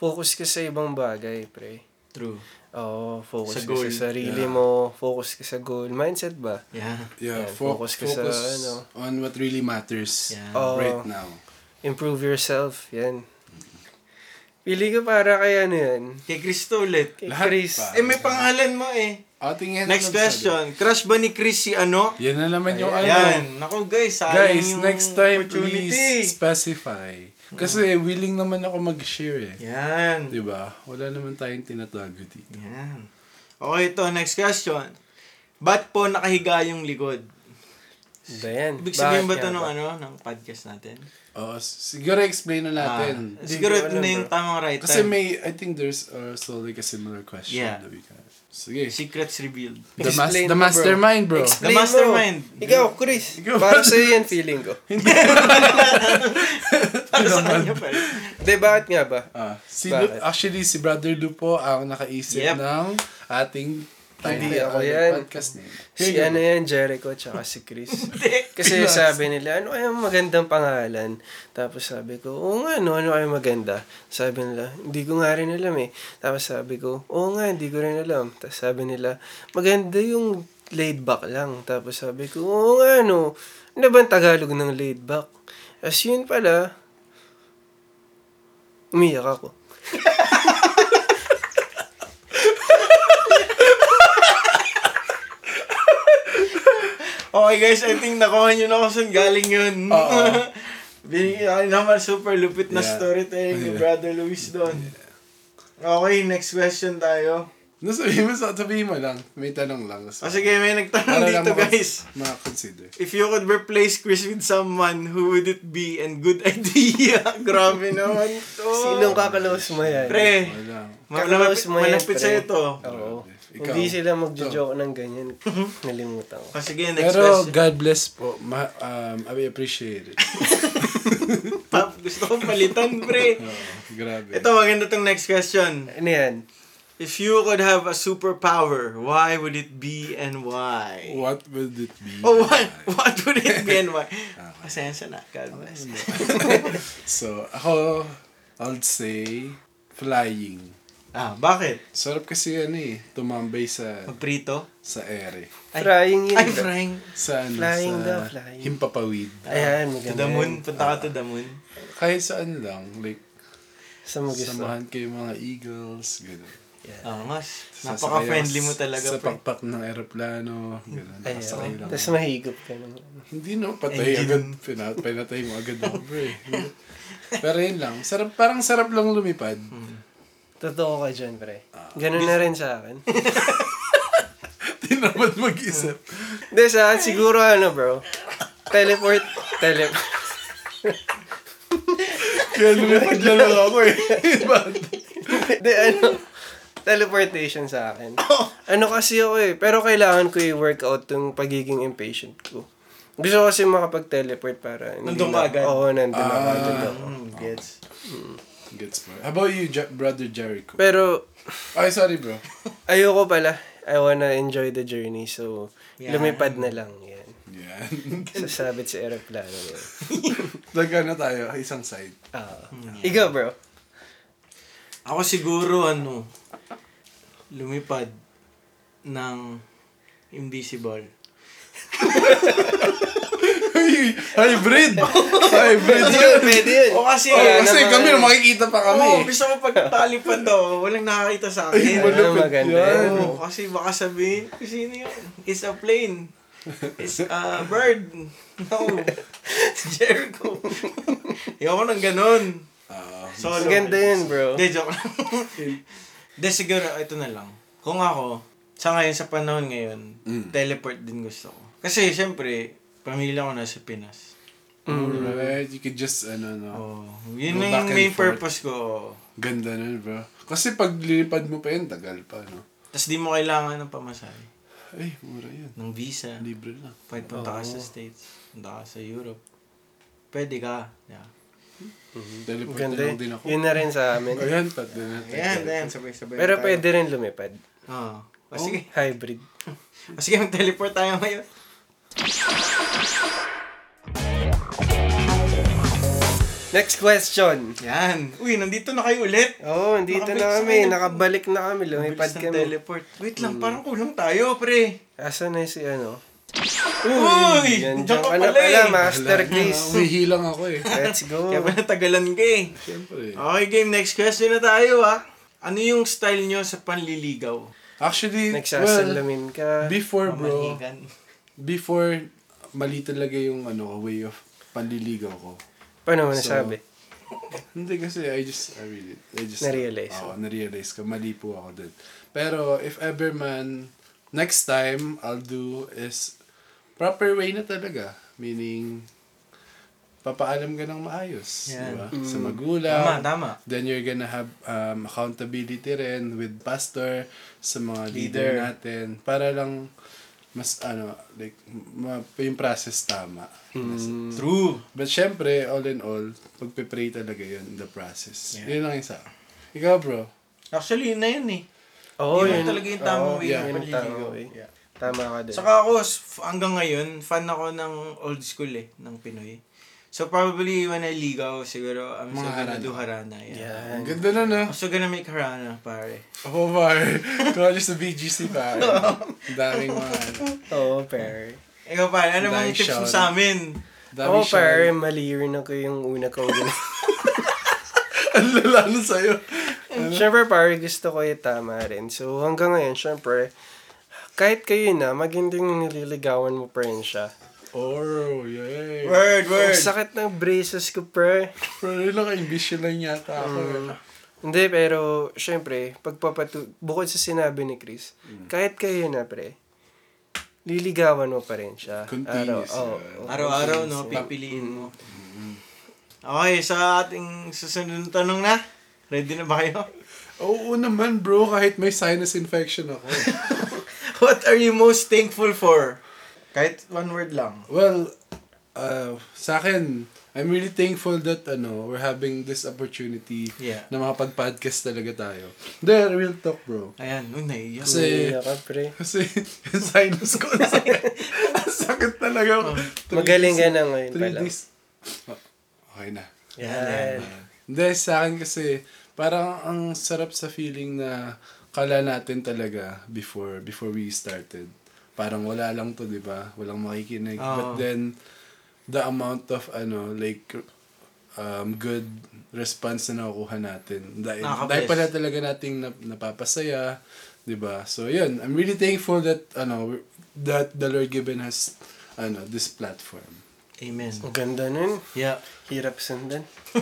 Speaker 2: Focus ka sa ibang bagay, pre.
Speaker 1: True.
Speaker 2: Oo, focus
Speaker 1: Sa
Speaker 2: ka
Speaker 1: goal.
Speaker 2: sa sarili
Speaker 3: Yeah.
Speaker 2: mo, focus ka sa goal. Mindset ba?
Speaker 1: Yeah.
Speaker 2: Yeah,
Speaker 3: Yeah, fo-
Speaker 2: focus
Speaker 3: focus,
Speaker 2: ka sa, ano.
Speaker 3: on what really matters
Speaker 1: Yeah.
Speaker 2: Oo.
Speaker 3: right now.
Speaker 2: Improve yourself, yan. Pili ka para kay ano yan.
Speaker 1: Kay Kristo ulit.
Speaker 2: Kay
Speaker 3: Lahat
Speaker 2: Chris.
Speaker 3: pa.
Speaker 1: Eh, may pangalan mo eh.
Speaker 2: Ano
Speaker 3: Ating
Speaker 1: Next question. Crush ba ni Chris si ano?
Speaker 3: Yan na naman yung ano.
Speaker 1: Yan. Naku guys, sayang
Speaker 3: Guys,
Speaker 1: yung
Speaker 3: next time,
Speaker 1: opportunity.
Speaker 3: please specify. Kasi
Speaker 2: Mm.
Speaker 3: willing naman ako mag-share eh.
Speaker 1: Yan.
Speaker 3: Diba? Wala naman tayong tinatago dito.
Speaker 1: Yan. Okay, ito. Next question. Ba't po nakahiga yung likod?
Speaker 2: Ba yan?
Speaker 1: Ibig sabihin ba
Speaker 2: Bakit
Speaker 1: ito
Speaker 2: nga
Speaker 1: ng ano, ng podcast natin?
Speaker 3: Oh, siguro explain na natin.
Speaker 1: Ah, siguro
Speaker 2: Hindi ko
Speaker 1: ito
Speaker 2: alam,
Speaker 1: na yung
Speaker 2: bro.
Speaker 1: tamang right
Speaker 3: Kasi
Speaker 1: time.
Speaker 3: may, I think there's also like a similar question
Speaker 1: Yeah.
Speaker 3: that we can Sige.
Speaker 1: Secrets revealed.
Speaker 3: The, mas-
Speaker 2: Explain mo,
Speaker 3: the
Speaker 2: bro.
Speaker 3: mastermind, bro.
Speaker 1: The mastermind.
Speaker 2: Mo. Ikaw, Chris.
Speaker 3: Ikaw,
Speaker 2: para
Speaker 3: Chris.
Speaker 2: sa'yo yan feeling ko.
Speaker 1: Para sa kanya pala.
Speaker 2: Hindi, bakit nga ba?
Speaker 3: Ah, si
Speaker 2: Bakit?
Speaker 3: Lu- actually, si Brother Lu po ang nakaisip
Speaker 1: Yep.
Speaker 3: ng ating
Speaker 2: Hindi
Speaker 3: title
Speaker 2: ako
Speaker 3: ng
Speaker 2: yan.
Speaker 3: podcast name.
Speaker 2: Si ano yan, Jericho, tsaka si Chris. Kasi
Speaker 3: Pinas.
Speaker 2: sabi nila, ano kaya magandang pangalan? Tapos sabi ko, oo nga, no, ano kaya maganda? Sabi nila, hindi ko nga rin alam eh. Tapos sabi ko, oo nga, hindi ko rin alam. Tapos sabi nila, maganda yung laid back lang. Tapos sabi ko, oo nga, no. Ano ba ang Tagalog ng laid back? As yun pala, umiyak ako.
Speaker 1: Okay guys, I think nakuha nyo na kung saan galing yun.
Speaker 3: Oo.
Speaker 1: Binigyan naman super lupit na
Speaker 3: Yeah.
Speaker 1: storytelling ni Brother Luis doon. Okay, next question tayo.
Speaker 3: No, sabihin mo, sa- sabihin mo lang. May tanong lang. So,
Speaker 1: O Ah, sige, may nagtanong dito
Speaker 3: makons-
Speaker 1: guys.
Speaker 3: makakonsider.
Speaker 1: If you could replace Chris with someone, who would it be? And good idea. Grabe naman to.
Speaker 2: Sinong kakalaos mo yan?
Speaker 1: Oh. Pre,
Speaker 3: Wala.
Speaker 1: malapit,
Speaker 2: Kakalaos mo yan,
Speaker 1: malapit
Speaker 2: pre.
Speaker 1: sa'yo to.
Speaker 2: Oo.
Speaker 3: Ikaw.
Speaker 2: Hindi sila magjo-joke ng ganyan. Nalimutan ko.
Speaker 1: O sige, next
Speaker 3: Pero
Speaker 1: question.
Speaker 3: God bless po. Ma, um, I appreciate it.
Speaker 1: Pap, gusto kong palitan, pre.
Speaker 3: Oo, grabe.
Speaker 1: Ito, maganda tong next question.
Speaker 2: Ano yan?
Speaker 1: If you could have a superpower, why would it be and why?
Speaker 3: What would it be?
Speaker 1: Oh, what, what would it be and why? Pasensya na. God bless.
Speaker 3: So, ako, I'll say, flying.
Speaker 1: Ah, bakit?
Speaker 3: Sarap kasi ano eh, tumambay sa,
Speaker 1: Magprito?
Speaker 3: sa ere.
Speaker 1: Ay,
Speaker 2: Frying yun.
Speaker 1: Ay,
Speaker 2: bro.
Speaker 1: frying.
Speaker 3: Sa ano,
Speaker 2: Flying
Speaker 3: sa
Speaker 2: daw, flying.
Speaker 3: himpapawid.
Speaker 2: Ayan,
Speaker 1: To
Speaker 2: maganda.
Speaker 1: the
Speaker 2: yan.
Speaker 1: moon. Punta ka to the moon.
Speaker 3: Kahit saan lang, like,
Speaker 2: Sa mga gusto.
Speaker 3: samahan kayo mga eagles, gano'n.
Speaker 1: Oo, Ah, mas.
Speaker 3: Sasakay
Speaker 1: Napaka-friendly
Speaker 3: ako
Speaker 1: mo
Speaker 3: s-
Speaker 1: talaga,
Speaker 3: Sa
Speaker 1: pre.
Speaker 3: pakpak ng aeroplano, gano'n.
Speaker 2: Ayan.
Speaker 3: Nakasakay lang.
Speaker 2: Tapos mahigop ka naman.
Speaker 3: Hindi no, patay
Speaker 1: Engine.
Speaker 3: agad. Pina- pinatay mo agad ako, bro. eh. Pero yun lang. Sarap, parang sarap lang lumipad.
Speaker 1: Hmm.
Speaker 2: Totoo ka dyan, pre.
Speaker 3: Ah.
Speaker 2: Ganun na rin sa akin.
Speaker 3: Tinamad mag-isip.
Speaker 2: Hindi, sa akin siguro ano, bro. Teleport. Tele...
Speaker 3: Kaya lumipad na lang ako eh. Bakit?
Speaker 2: Hindi, ano. Teleportation sa akin. Ano kasi ako eh. Pero kailangan ko i-workout yung pagiging impatient ko. Gusto ko kasi makapag-teleport para... hindi
Speaker 1: Nandun ka
Speaker 2: na-
Speaker 1: agad?
Speaker 2: Oo, nandun ako agad ako.
Speaker 1: Mm, gets.
Speaker 3: Gets mo. How about you, Ja- brother Jericho?
Speaker 2: Pero
Speaker 3: Ay, sorry bro.
Speaker 2: ayoko pala. I wanna enjoy the journey. So,
Speaker 1: Yan.
Speaker 2: lumipad na lang. Yan.
Speaker 3: Yan.
Speaker 2: Sasabit sa aeroplano yan.
Speaker 3: Taga na ano tayo, isang side.
Speaker 2: Ah. Ikaw, bro.
Speaker 1: Ako siguro, ano, lumipad ng invisible.
Speaker 3: Hybrid! Hybrid
Speaker 2: Hindi
Speaker 3: yun!
Speaker 2: pwede yun.
Speaker 1: O kasi, ano,
Speaker 3: Oh, kasi
Speaker 2: naman.
Speaker 3: kami, makikita pa
Speaker 1: Oo,
Speaker 3: kami. eh.
Speaker 1: gusto ko pagtalipad daw. Walang nakakita sa akin.
Speaker 3: Ay, malupit
Speaker 2: maganda
Speaker 3: yan.
Speaker 2: yan.
Speaker 1: Oo, kasi baka sabihin, sino yun? It's a plane. It's a bird. No. It's Jericho. Ayoko nang ganun.
Speaker 3: Ah,
Speaker 1: Solo.
Speaker 2: Ang ganda yun, bro.
Speaker 1: Hindi, joke lang. Hindi, siguro, ito na lang. Kung ako, sa ngayon, sa panahon ngayon,
Speaker 3: Mm.
Speaker 1: teleport din gusto ko. Kasi, syempre, pamilya ko nasa Pinas.
Speaker 3: Alright,
Speaker 2: Mm.
Speaker 3: you could just, ano, no.
Speaker 1: Oh, yun
Speaker 3: Go
Speaker 1: na
Speaker 3: back
Speaker 1: yung
Speaker 3: and
Speaker 1: main
Speaker 3: forth.
Speaker 1: purpose ko.
Speaker 3: Ganda nun, bro. Kasi pag lilipad mo pa yun, tagal pa, no?
Speaker 1: Tapos di mo kailangan ng pamasahe.
Speaker 3: Ay, mura yun.
Speaker 1: Ng visa.
Speaker 3: Libre lang.
Speaker 1: Kahit punta ka sa States, punta ka sa Europe, pwede ka. Yeah.
Speaker 2: Ang
Speaker 3: Teleport na
Speaker 2: Ganda.
Speaker 3: lang
Speaker 2: yun.
Speaker 3: din ako.
Speaker 2: Yun na rin sa amin.
Speaker 3: Ayan, pat na natin.
Speaker 1: Ayan, ayan, sabay-sabay.
Speaker 2: Pero
Speaker 1: tayo.
Speaker 2: pwede rin lumipad.
Speaker 1: Oo. O sige,
Speaker 2: Hybrid.
Speaker 1: o sige, mag-teleport tayo ngayon.
Speaker 2: Next question.
Speaker 1: Yan. Uy, nandito na kayo ulit.
Speaker 2: Oo, oh, dito na
Speaker 1: Nakabalik sa
Speaker 2: kami.
Speaker 1: akin.
Speaker 2: Nakabalik na kami. Lumipad
Speaker 1: Bilis ng
Speaker 2: kami.
Speaker 1: teleport. Wait lang, parang kulang tayo, pre.
Speaker 2: Asan na si ano?
Speaker 1: Uy!
Speaker 2: Yan,
Speaker 1: Diyan
Speaker 2: dyan
Speaker 1: ka
Speaker 2: ka na
Speaker 1: pala
Speaker 2: pala,
Speaker 1: eh.
Speaker 2: Master
Speaker 3: Yes.
Speaker 2: Chris.
Speaker 3: Umihilang ako eh.
Speaker 2: Let's go.
Speaker 1: Kaya ba natagalan ka eh.
Speaker 3: Siyempre.
Speaker 1: Okay, game. Next question na tayo, ah. Ano yung style nyo sa panliligaw?
Speaker 3: Actually, well,
Speaker 2: Nagsasalamin ka.
Speaker 3: before bro,
Speaker 1: Mamanigan.
Speaker 3: before, mali talaga yung ano, way of panliligaw ko.
Speaker 2: Paano mo
Speaker 3: So,
Speaker 2: nasabi?
Speaker 3: Hindi kasi I just I read it. I just
Speaker 2: Na-realize
Speaker 3: Oo, na-realize ko. Mali po ako dun. Pero if ever man next time I'll do is proper way na talaga. Meaning, papaalam ka ng maayos.
Speaker 1: Yan.
Speaker 3: Diba?
Speaker 2: Mm.
Speaker 3: Sa magulang.
Speaker 1: Tama, tama.
Speaker 3: Then you're gonna have um, accountability rin with pastor sa mga leader,
Speaker 1: Leader.
Speaker 3: natin para lang mas ano like ma- yung process tama.
Speaker 2: Mm.
Speaker 1: True.
Speaker 3: But syempre, all in all, pagpe-pray talaga yun, the process.
Speaker 1: Yeah.
Speaker 3: Yun lang isa. Ikaw bro,
Speaker 1: Actually, yun na yun eh.
Speaker 2: Oo, Oh,
Speaker 1: Yun
Speaker 2: yun.
Speaker 1: talaga yung tamang
Speaker 2: Oo,
Speaker 1: way
Speaker 3: yeah,
Speaker 1: ng
Speaker 2: yun ang
Speaker 1: paliligaw.
Speaker 2: tamang way.
Speaker 1: Yeah.
Speaker 2: Tama ka din.
Speaker 1: Saka ako, s- f- hanggang ngayon, fan ako ng old school eh, ng Pinoy. So probably when I ligaw, siguro
Speaker 3: Mga
Speaker 1: I'm still gonna
Speaker 3: harana.
Speaker 1: do harana. Yeah.
Speaker 3: ang
Speaker 2: Yan.
Speaker 3: ganda ah. na no.
Speaker 1: I'm still gonna make harana, pare.
Speaker 3: Omar, college sa BGC pa. Ang Daming mga,
Speaker 2: Oo, pare.
Speaker 1: Ikaw pare, ano
Speaker 3: Dahil
Speaker 1: bang tips
Speaker 3: shout.
Speaker 1: mo sa amin?
Speaker 3: daming
Speaker 2: Oo, pare.
Speaker 3: shower.
Speaker 2: Oh, Mali rin ako yung una kong ginawa.
Speaker 3: Ang lala na sa'yo. Ano?
Speaker 2: Siyempre, pare, gusto ko yung tama rin. So, hanggang ngayon, siyempre, kahit kayo na, magandang nililigawan mo pa rin siya.
Speaker 3: Oh, yay.
Speaker 2: Ang
Speaker 1: Word, word.
Speaker 2: sakit ng braces ko, pre.
Speaker 3: Pero yun lang, ambition lang yata ako. eh.
Speaker 2: Hindi, pero, siyempre, pagpapatu... Bukod sa sinabi ni Chris,
Speaker 3: Mm.
Speaker 2: kahit kayo na, pre, liligawan mo pa rin siya.
Speaker 3: Continuous,
Speaker 2: Araw- oh,
Speaker 3: yeah.
Speaker 2: oo, oo.
Speaker 1: Araw-araw, no? Pipiliin mo.
Speaker 3: Mm-hmm.
Speaker 1: Okay, sa ating susunod na tanong na, ready na ba kayo?
Speaker 3: Oo naman bro, kahit may sinus infection ako.
Speaker 1: What are you most thankful for? Kahit one word lang.
Speaker 3: well, uh, sa akin, I'm really thankful that ano, we're having this opportunity
Speaker 1: Yeah.
Speaker 3: na makapag-podcast talaga tayo. Hindi, real talk bro.
Speaker 1: Ayan, oh, naiyak.
Speaker 3: Kasi-
Speaker 2: Umiiyak ka, pre.
Speaker 3: Kasi yung sinus ko, ang sakit, ang sakit talaga. Three
Speaker 2: Magaling ka
Speaker 3: days-
Speaker 2: na ngayon
Speaker 3: Three
Speaker 2: pala.
Speaker 3: days. Oh, okay na.
Speaker 2: Yan.
Speaker 3: Hindi, sa akin kasi, parang ang sarap sa feeling na kala natin talaga before before we started. Parang wala lang to, di ba? Walang makikinig.
Speaker 1: Oo.
Speaker 3: But then, the amount of, ano, like, um, good response na nakukuha natin. Dahil,
Speaker 1: Nakaka-bless.
Speaker 3: dahil pala talaga nating nap- napapasaya, di ba? So, yun. I'm really thankful that, ano, we're- that the Lord given us, ano, this platform.
Speaker 1: Amen.
Speaker 2: Ang ganda nun.
Speaker 1: Yeah.
Speaker 2: Hirap sundan.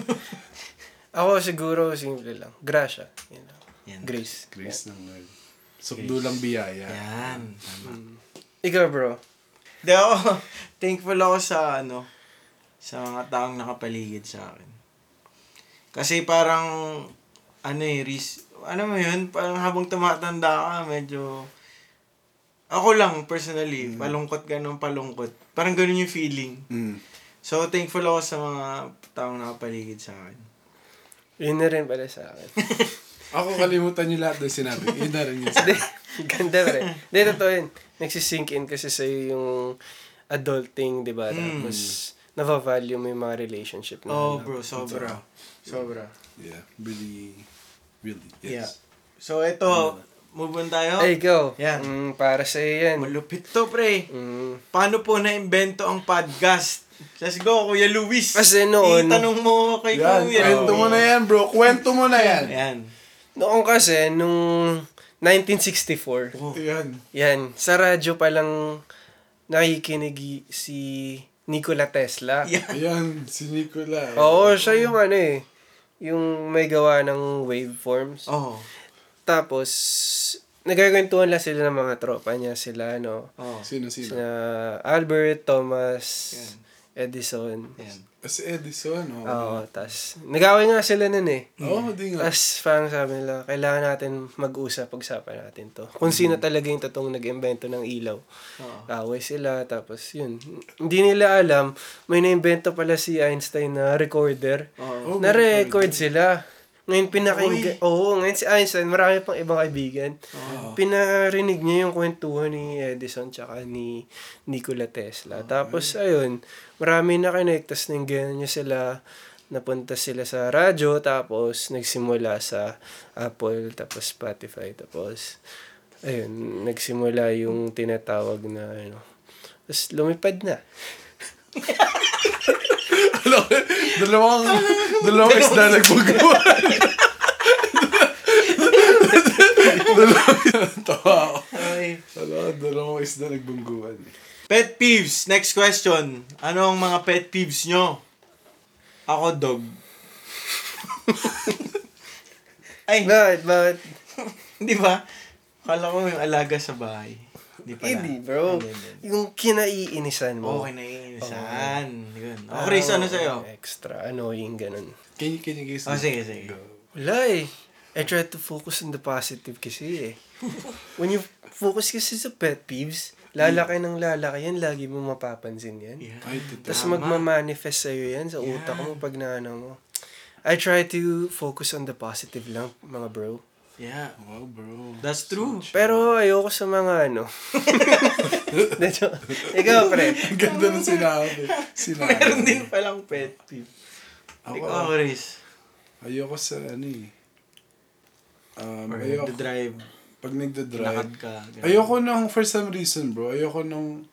Speaker 2: Ako siguro, simple lang. Gracia. Yun lang.
Speaker 1: Yan.
Speaker 2: Grace.
Speaker 3: Grace ng Lord. Sukdulang biyaya.
Speaker 1: Yan. Tama.
Speaker 2: Ikaw, bro.
Speaker 1: Hindi ako, oh, thankful ako sa ano, sa mga taong nakapaligid sa akin. Kasi parang, ano eh, ris- ano mo yun, parang habang tumatanda ka, medyo, ako lang, personally, palungkot ka ng palungkot. Parang ganun yung feeling.
Speaker 3: Mm.
Speaker 1: So, thankful ako sa mga taong nakapaligid sa akin.
Speaker 2: Yun na rin pala sa akin.
Speaker 3: Ako kalimutan niyo lahat ng sinabi. Yun na rin yun. Hindi.
Speaker 2: Ganda, pre. Hindi, totoo yun. Nagsisink in kasi sa'yo yung adulting, di ba? Tapos, navavalue mo yung mga relationship na.
Speaker 1: Hmm.
Speaker 2: ano.
Speaker 1: Oh,
Speaker 2: hanap.
Speaker 1: bro, sobra. Sobra.
Speaker 3: Yeah. Really. Really.
Speaker 1: Yeah.
Speaker 3: Yes.
Speaker 1: So, ito, move on tayo.
Speaker 2: Ay, go.
Speaker 1: Yan.
Speaker 2: Mm, para sa'yo yan.
Speaker 1: Malupit to, pre.
Speaker 2: Mm.
Speaker 1: Paano po na-invento ang podcast? Let's go, Kuya Luis.
Speaker 2: Kasi noon-
Speaker 1: Itanong mo kay
Speaker 3: Yan.
Speaker 1: Kuya.
Speaker 3: Kwento mo na yan, bro. Kwento mo na yan.
Speaker 1: Ayan.
Speaker 2: Noon kasi, nung 1964,
Speaker 1: Oh.
Speaker 3: Yan.
Speaker 2: Yan, sa radyo palang nakikinig y- si Nikola Tesla.
Speaker 1: Yeah.
Speaker 3: Ayan. Si Nicola.
Speaker 1: Oh.
Speaker 2: Oo, siya yung ano eh, yung may gawa ng waveforms.
Speaker 1: Oh.
Speaker 2: Tapos, nagkakwentuhan lang sila ng mga tropa niya, sila ano,
Speaker 1: Oh.
Speaker 3: Sino, sino?
Speaker 2: sina Albert, Thomas,
Speaker 1: Yan.
Speaker 2: Edison.
Speaker 1: Ayan.
Speaker 3: Si Edison. Oo.
Speaker 2: Oo,
Speaker 3: Oh.
Speaker 2: tas, nag-away nga sila nun eh.
Speaker 3: Oo, di nga.
Speaker 2: Tapos parang sabi nila, kailangan natin mag-usap, pag-usapan natin to. Kung sino talaga yung totoong nag-invento ng ilaw.
Speaker 1: Oh.
Speaker 2: Away sila, tapos yun. Hindi nila alam, may naimbento pala si Einstein na recorder.
Speaker 3: Oh,
Speaker 1: Oh.
Speaker 3: may
Speaker 2: Na-record sila. Ngayon pinakinggan, oo, ngayon si Einstein, marami pang ibang kaibigan. Ah. Pinarinig niya yung kwentuhan ni Edison tsaka ni Nikola Tesla. Tapos ayun, marami na connect, tapos nangganan niya sila, napunta sila sa radyo, tapos nagsimula sa Apple, tapos Spotify, tapos ayun, nagsimula yung tinatawag na ano. Tapos lumipad na.
Speaker 3: Dalawang, dalawang isda nagpagawa. dalawang, tawa ako.
Speaker 1: Okay.
Speaker 3: Dalawang, dalawang isda nagbungguan.
Speaker 1: Pet peeves. Next question. Ano ang mga pet peeves nyo? Ako, dog. Ay,
Speaker 2: Bakit? Bakit?
Speaker 1: di ba? Kala ko yung alaga sa bahay. Di pala.
Speaker 2: Hindi, bro.
Speaker 1: Hindi, hindi.
Speaker 2: Yung kinaiinisan mo. Oh.
Speaker 1: Okay na yun. Saan? Yun. Ako rin, ano sa'yo?
Speaker 2: Extra annoying, ganun.
Speaker 3: Can you, can you guys?
Speaker 1: Oh, sige, sige.
Speaker 2: Wala eh. I try to focus on the positive kasi eh. When you focus kasi sa pet peeves, lalaki ng lalaki yan, lagi mo mapapansin yan.
Speaker 1: Yeah.
Speaker 3: Ay, tita.
Speaker 2: Tapos
Speaker 1: Tama.
Speaker 2: magmamanifest sa'yo yan sa utak
Speaker 1: Yeah.
Speaker 2: mo pag naano mo. I try to focus on the positive lang, mga bro.
Speaker 1: Yeah.
Speaker 3: Wow, bro.
Speaker 1: That's true.
Speaker 2: Pero ayoko sa mga ano. De, joke. Ikaw, pre.
Speaker 3: Ganda ng sinabi. Sinabi.
Speaker 1: Meron din palang pet peeve. Ikaw,
Speaker 3: Ako,
Speaker 1: Chris.
Speaker 3: ayoko sa ano eh. Um,
Speaker 1: Or
Speaker 3: ayoko,
Speaker 1: the drive.
Speaker 3: pag nagda-drive.
Speaker 1: Lakad ka. ganun.
Speaker 3: Ayoko nung, for some reason bro, ayoko nung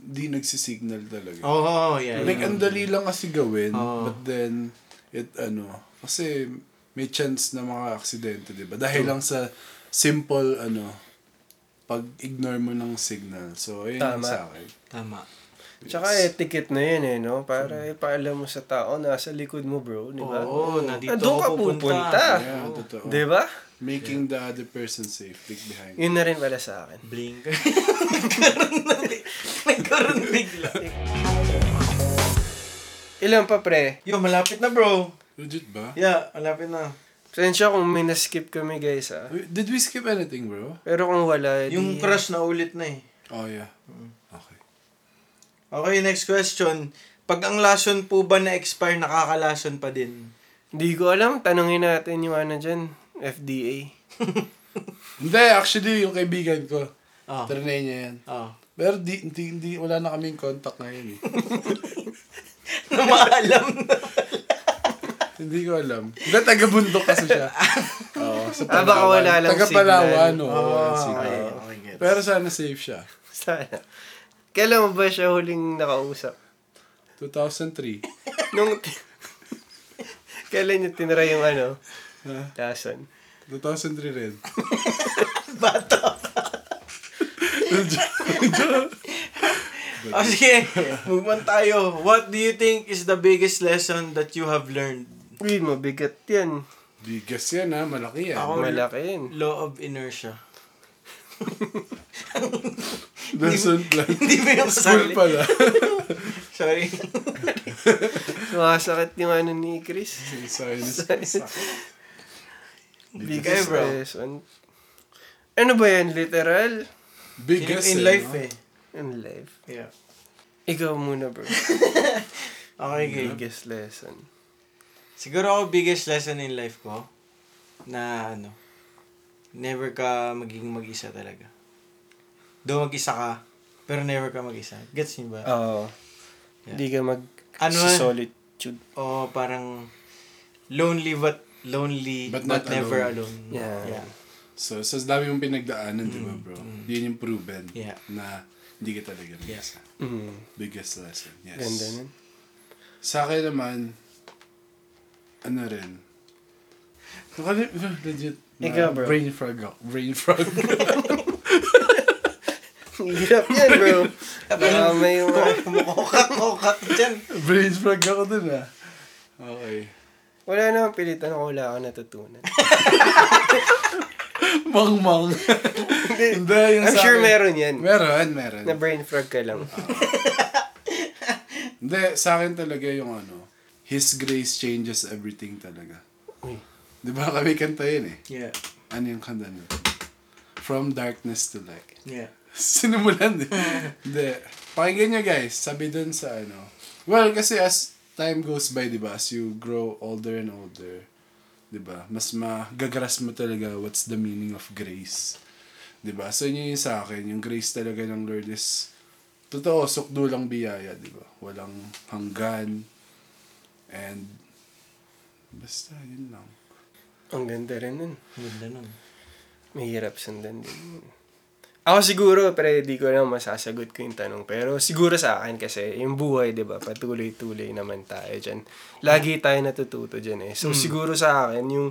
Speaker 3: di nagsisignal talaga.
Speaker 1: Oo, oh, yeah.
Speaker 3: Like, ang dali lang kasi gawin.
Speaker 1: Oo.
Speaker 3: But then, it ano, kasi may chance na maka-aksidente, di ba? Dahil lang sa simple, ano, pag-ignore mo ng signal. So, ayun yung
Speaker 2: Tama.
Speaker 3: sa akin.
Speaker 1: Tama.
Speaker 2: Tsaka etiquette na yun eh, no? Para ipaalam mo sa tao, nasa likod mo, bro. Di ba?
Speaker 1: Oo, nandito
Speaker 2: Ah, doon
Speaker 1: ako
Speaker 2: ka
Speaker 1: pupunta.
Speaker 2: pupunta.
Speaker 3: Yeah,
Speaker 1: oh.
Speaker 3: totoo.
Speaker 2: Di ba?
Speaker 3: Making the other person safe. Click behind.
Speaker 2: Yun na rin pala sa akin.
Speaker 1: Blink. Nagkaroon na Nagkaroon bigla.
Speaker 2: Ilan pa, pre?
Speaker 1: Yo, malapit na bro.
Speaker 3: Legit ba?
Speaker 1: Yeah, malapit na.
Speaker 2: Pasensya kung may naskip kami, guys, ah.
Speaker 3: Wait, Did we skip anything, bro?
Speaker 2: Pero kung wala, eh, di- ah,
Speaker 1: Yung crush na ulit na eh.
Speaker 3: Oh, yeah. Okay.
Speaker 1: Okay, next question. Pag ang lason po ba na-expire, nakakalason pa din?
Speaker 2: Hindi ko alam. Tanungin natin yung ano dyan. FDA.
Speaker 3: Hindi, actually, yung kaibigan ko,
Speaker 1: Oh.
Speaker 3: trinay niya yan.
Speaker 1: Oh.
Speaker 3: Pero di, di, di, wala na kaming contact ngayon eh.
Speaker 1: Na maalam na.
Speaker 3: Hindi ko alam. Hindi, taga-bundok kasi siya. Oo, sa
Speaker 2: Ah, baka wala lang
Speaker 3: Taga-Palawan,
Speaker 2: signal.
Speaker 3: oo,
Speaker 1: Oo,
Speaker 3: walang signal.
Speaker 1: okay, Ah, okay, gets.
Speaker 3: Pero sana safe siya.
Speaker 2: Sana. Kailan mo ba siya huling nakausap?
Speaker 3: 2003.
Speaker 2: Nung... ti- Kailan niya tinry yung ano?
Speaker 1: Ah.
Speaker 2: Lason.
Speaker 3: 2003 rin.
Speaker 1: Bata pa. oh, sige. Move on tayo. What do you think is the biggest lesson that you have learned?
Speaker 2: Uy, mabigat yan.
Speaker 3: Bigas yan ha, malaki yan.
Speaker 1: Ako-
Speaker 2: Malaki yun.
Speaker 1: Law of inertia.
Speaker 3: Lesson plan.
Speaker 1: Hindi mo yung
Speaker 3: School
Speaker 1: sali.
Speaker 3: pala.
Speaker 1: Sorry.
Speaker 2: Sumasakit yung ano ni Chris.
Speaker 3: Sinus.
Speaker 1: Kayo,
Speaker 2: Biggest
Speaker 1: bro.
Speaker 2: lesson. eh, Ano ba yan? Literal?
Speaker 1: In,
Speaker 3: Bigas
Speaker 1: in
Speaker 3: eh,
Speaker 1: life
Speaker 3: no?
Speaker 1: eh.
Speaker 2: In life.
Speaker 1: Yeah.
Speaker 2: Ikaw muna, bro.
Speaker 1: Okay, game.
Speaker 2: Biggest lesson.
Speaker 1: Siguro ako biggest lesson in life ko na ano, never ka magiging mag-isa talaga. Do mag-isa ka, pero never ka mag-isa. Gets niyo
Speaker 3: Ah.
Speaker 1: ba?
Speaker 2: Oo. Hindi ka mag...
Speaker 1: Ano
Speaker 2: sa
Speaker 1: eh?
Speaker 2: solitude.
Speaker 1: O parang lonely but lonely but,
Speaker 3: But not
Speaker 1: never
Speaker 3: alone.
Speaker 1: alone.
Speaker 2: Yeah.
Speaker 1: Yeah.
Speaker 3: So, sa dami mong pinagdaanan, di
Speaker 2: Mm.
Speaker 3: ba bro? Yun yung proven
Speaker 1: Yeah.
Speaker 3: na hindi ka talaga
Speaker 1: Yeah.
Speaker 3: mag-isa.
Speaker 2: Mm.
Speaker 3: Biggest lesson. Yes.
Speaker 2: Ganda nun.
Speaker 3: Sa akin naman, ano rin. Nakali- legit. na-
Speaker 2: Ikaw, bro.
Speaker 3: Brain frog ako. Brain frog.
Speaker 2: Hirap yan, bro. Baka may mga...
Speaker 1: Kumukukat, kukat dyan.
Speaker 3: brain frog ako dun ah. Okay.
Speaker 2: Wala namang pilitan ako, wala akong natutunan.
Speaker 3: Mang-mang. Hindi, yung
Speaker 2: I'm
Speaker 3: sa
Speaker 2: sure
Speaker 3: akin-
Speaker 2: meron yan.
Speaker 3: Meron, meron.
Speaker 2: Na brain frog ka lang.
Speaker 3: Hindi, sa akin talaga yung ano, His grace changes everything talaga.
Speaker 2: Uy.
Speaker 3: Di ba kami kanta yun eh?
Speaker 1: Yeah.
Speaker 3: Ano yung kanta nun? From darkness to light.
Speaker 1: Yeah.
Speaker 3: Sinimulan eh. Hindi. Pakinggan nyo guys, sabi dun sa ano. Well, kasi as time goes by, di ba, as you grow older and older, di ba, mas magagras mo talaga what's the meaning of grace. Di ba? So, yun yung sa akin, yung grace talaga ng Lord is, totoo, sukdulang biyaya, di ba? Walang hanggan. And, basta, yun lang.
Speaker 2: Ang ganda rin nun.
Speaker 1: Ganda nun.
Speaker 2: Mahirap sundan din. yun. Ako siguro, pero di ko lang masasagot ko yung tanong. Pero siguro sa akin kasi, yung buhay, di ba, patuloy-tuloy naman tayo dyan. Lagi tayo natututo dyan eh.
Speaker 1: Hmm.
Speaker 2: So siguro sa akin, yung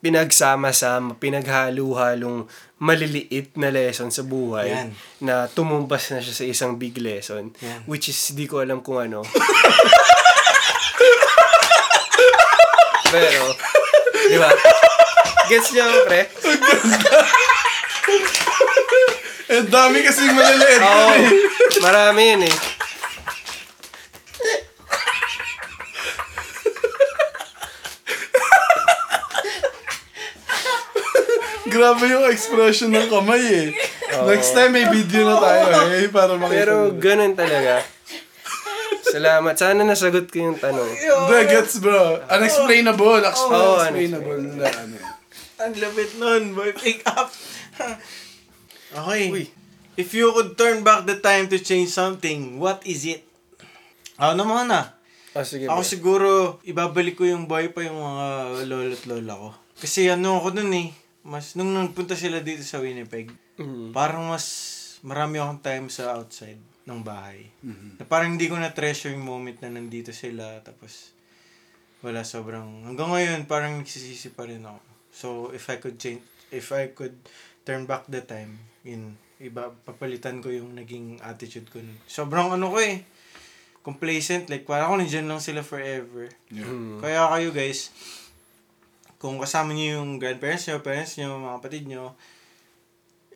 Speaker 2: pinagsama-sama, pinaghalo-halong maliliit na lesson sa buhay
Speaker 1: Yan.
Speaker 2: na tumumbas na siya sa isang big lesson.
Speaker 1: Yan.
Speaker 2: Which is, di ko alam kung ano. pero, di ba? Gets niyo, pre?
Speaker 3: And Dami kasing maliliit.
Speaker 2: Oo, eh. marami yun eh.
Speaker 3: Grabe yung expression ng kamay eh. Next time may video na tayo eh, para makita.
Speaker 2: Pero
Speaker 3: nila.
Speaker 2: ganun talaga. Salamat. Sana nasagot ko yung tanong.
Speaker 3: Hindi, gets bro. Unexplainable. Actually,
Speaker 2: Oo,
Speaker 3: unexplainable na ano.
Speaker 1: Ang labit nun, boy. Pick up. okay. If you could turn back the time to change something, what is it? Ako naman ah.
Speaker 2: Oh, sige.
Speaker 1: Ako
Speaker 2: bro.
Speaker 1: siguro, ibabalik ko yung boy pa yung mga lolo't lola ko. Kasi ano ako nun eh. Mas, nung nagpunta sila dito sa Winnipeg,
Speaker 2: Mhm.
Speaker 1: parang mas marami akong time sa outside ng bahay.
Speaker 3: Mhm.
Speaker 1: Na parang hindi ko na-treasure yung moment na nandito sila. Tapos, wala sobrang... Hanggang ngayon, parang nagsisisi pa rin ako. So, if I could change... If I could turn back the time, yun, iba, papalitan ko yung naging attitude ko. nun. Sobrang ano ko eh, complacent. Like, parang ako nandiyan lang sila forever.
Speaker 2: Mhm.
Speaker 1: Kaya kayo guys, kung kasama niyo yung grandparents niyo, parents niyo, mga kapatid niyo,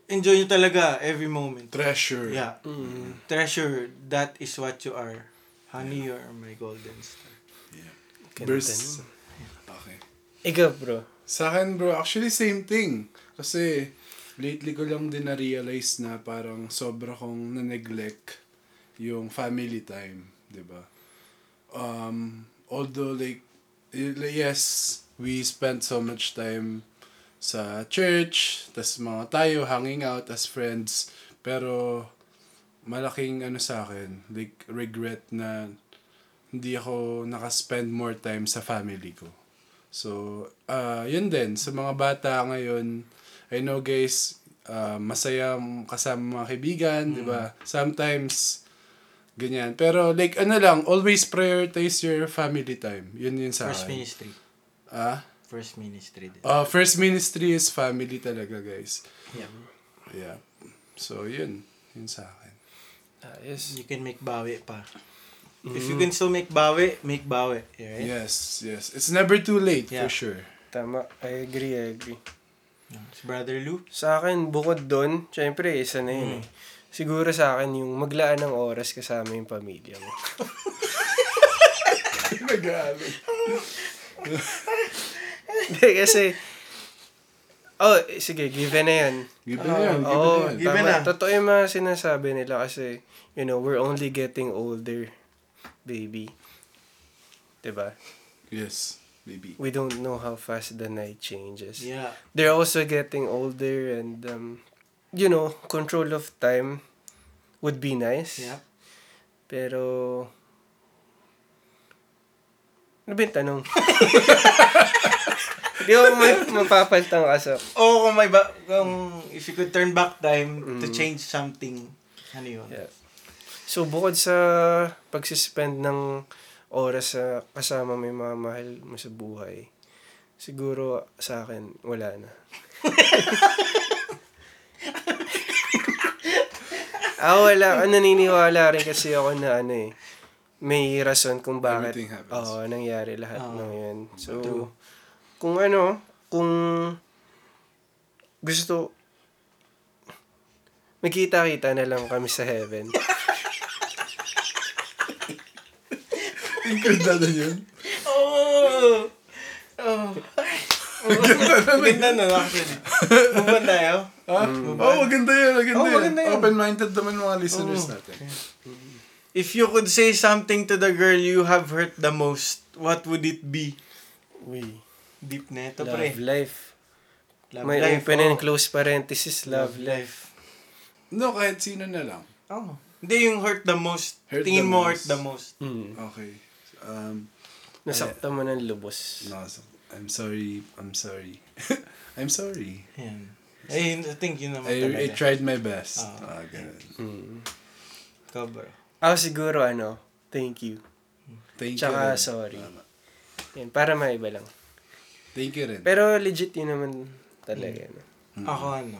Speaker 1: enjoy niyo talaga every moment.
Speaker 3: Treasure.
Speaker 1: Yeah.
Speaker 2: Mhm.
Speaker 1: Treasure, that is what you are. Honey, you are my golden star.
Speaker 3: Burst. Okay.
Speaker 2: Ikaw, bro.
Speaker 3: Sa akin, bro, actually same thing. Kasi lately ko lang din na-realize na parang sobra kong na-neglect yung family time, 'di ba? Um, although like y- like, yes, we spent so much time sa church, tas mga tayo hanging out as friends, pero malaking ano sa akin, like regret na hindi ako nakaspend more time sa family ko. So, ah yun din. Sa mga bata ngayon, I know guys, ah, masaya kasama mga kaibigan, di ba? Sometimes, ganyan. Pero like, ano lang, always prioritize your family time. Yun yun sa
Speaker 1: First
Speaker 3: akin.
Speaker 1: ministry.
Speaker 3: Ah?
Speaker 1: First ministry din.
Speaker 3: Ah, first ministry is family talaga, guys.
Speaker 1: Yeah.
Speaker 3: Yeah. So, yun. Yun sa akin. Ah,
Speaker 2: Ayos.
Speaker 1: You can make bawi pa. If you can still make bawi, make bawi. Right?
Speaker 3: Yes, yes. It's never too late,
Speaker 1: Eh? Yeah.
Speaker 3: for sure.
Speaker 2: Tama. I agree, I agree.
Speaker 1: Brother Lou?
Speaker 2: Sa akin, bukod doon, syempre, isa na yun eh. Siguro sa akin, yung maglaan ng oras kasama yung pamilya mo.
Speaker 3: Nag-aaral.
Speaker 2: Hindi, kasi... Oh, eh, sige, given na yan.
Speaker 3: Give
Speaker 1: Oh,
Speaker 3: it yan, give
Speaker 2: Oo,
Speaker 3: it yan.
Speaker 1: Given
Speaker 2: tama.
Speaker 1: na.
Speaker 2: Totoo yung mga sinasabi nila kasi, you know, we're only getting older, baby. 'Di ba?
Speaker 3: Yes, baby.
Speaker 2: We don't know how fast the night changes.
Speaker 1: Yeah.
Speaker 2: they're also getting older and um, you know control of time would be nice
Speaker 1: Yeah.
Speaker 2: pero ano ba yung tanong? Di ako ma- mapapaltang kaso.
Speaker 1: Oo, Oh, kung may ba... Kung if you could turn back time to change something, ano yun?
Speaker 2: Yeah. So, bukod sa pagsispend ng oras sa kasama mo yung mga mahal mo sa buhay, siguro sa akin, wala na. ah, wala. Ah, naniniwala rin kasi ako na ano eh, may rason kung bakit
Speaker 3: Everything happens.
Speaker 1: Oh.
Speaker 2: oo, nangyari lahat
Speaker 1: Oo.
Speaker 2: ng yun. So,
Speaker 1: True.
Speaker 2: kung ano, kung gusto, magkita-kita na lang kami sa heaven.
Speaker 3: Include na na yun.
Speaker 1: Oh! Oh. Maganda na actually. Move on tayo.
Speaker 3: Ha? Oh, maganda yun, maganda,
Speaker 1: Mm. Oh, maganda
Speaker 3: yun.
Speaker 1: yun. Oh,
Speaker 3: Open-minded naman mga listeners natin.
Speaker 1: If you could say something to the girl you have hurt the most, what would it be?
Speaker 2: Uy,
Speaker 1: Deep na ito,
Speaker 2: love
Speaker 1: pre.
Speaker 2: life.
Speaker 1: Love
Speaker 2: May
Speaker 1: life,
Speaker 2: open
Speaker 1: oh.
Speaker 2: and close parenthesis, love, life.
Speaker 3: No, kahit sino na lang.
Speaker 1: Oh. Hindi yung hurt the most.
Speaker 3: Hurt
Speaker 1: Tingin
Speaker 3: the
Speaker 1: mo
Speaker 3: most.
Speaker 1: hurt the most.
Speaker 2: Mm.
Speaker 3: Okay. Um,
Speaker 2: Nasakta mo ng lubos.
Speaker 3: no, so- I'm sorry. I'm sorry. I'm sorry.
Speaker 1: Yan. Ay, I think Eh, yun naman talaga.
Speaker 3: I, I tried my best. Ah,
Speaker 1: Ah.
Speaker 3: ganun.
Speaker 2: Mm.
Speaker 1: Ikaw, bro.
Speaker 2: Ako siguro ano, thank you.
Speaker 3: Thank
Speaker 2: Tsaka
Speaker 3: you. rin.
Speaker 2: sorry.
Speaker 3: Tama.
Speaker 2: Yan, para maiba lang.
Speaker 1: Hmm.
Speaker 3: Thank you rin.
Speaker 2: Pero legit yun naman talaga.
Speaker 1: Hmm.
Speaker 2: ano.
Speaker 3: Mm.
Speaker 1: Ako ano?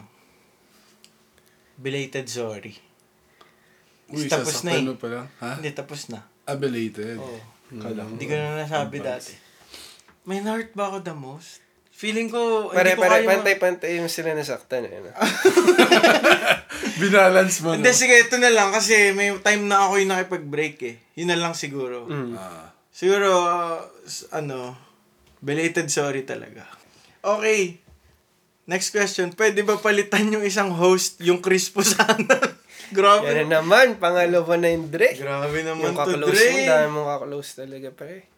Speaker 1: Belated sorry.
Speaker 3: Uy, tapos
Speaker 1: tapos na eh.
Speaker 3: na pa lang. Ha?
Speaker 1: Hindi, tapos na.
Speaker 3: Abelated.
Speaker 1: Oo.
Speaker 3: Kala ko.
Speaker 1: Hindi ko
Speaker 3: Mm.
Speaker 1: na nasabi dati. May na-hurt ba ako the most? Feeling ko,
Speaker 2: Pare,
Speaker 1: hindi ko
Speaker 2: pare, eh,
Speaker 1: kaya ma- Ah.
Speaker 2: pantay-pantay yung sila nasaktan. Ano.
Speaker 3: Binalance mo, no?
Speaker 1: Hindi, sige, ito na lang kasi may time na ako yung nakipag-break eh. Yun na lang siguro.
Speaker 2: Mm. Hmm.
Speaker 3: Ah.
Speaker 1: Siguro, s- ano, belated sorry talaga. Okay. Next question. Pwede ba palitan yung isang host, yung Chris Pusano?
Speaker 2: Yan
Speaker 1: Grabe.
Speaker 2: na naman, pangalawa na yung Dre.
Speaker 1: Ah. Grabe naman
Speaker 2: Yung
Speaker 1: to,
Speaker 2: kaklose mo, dahil
Speaker 1: Dre.
Speaker 2: mong kaklose talaga pre.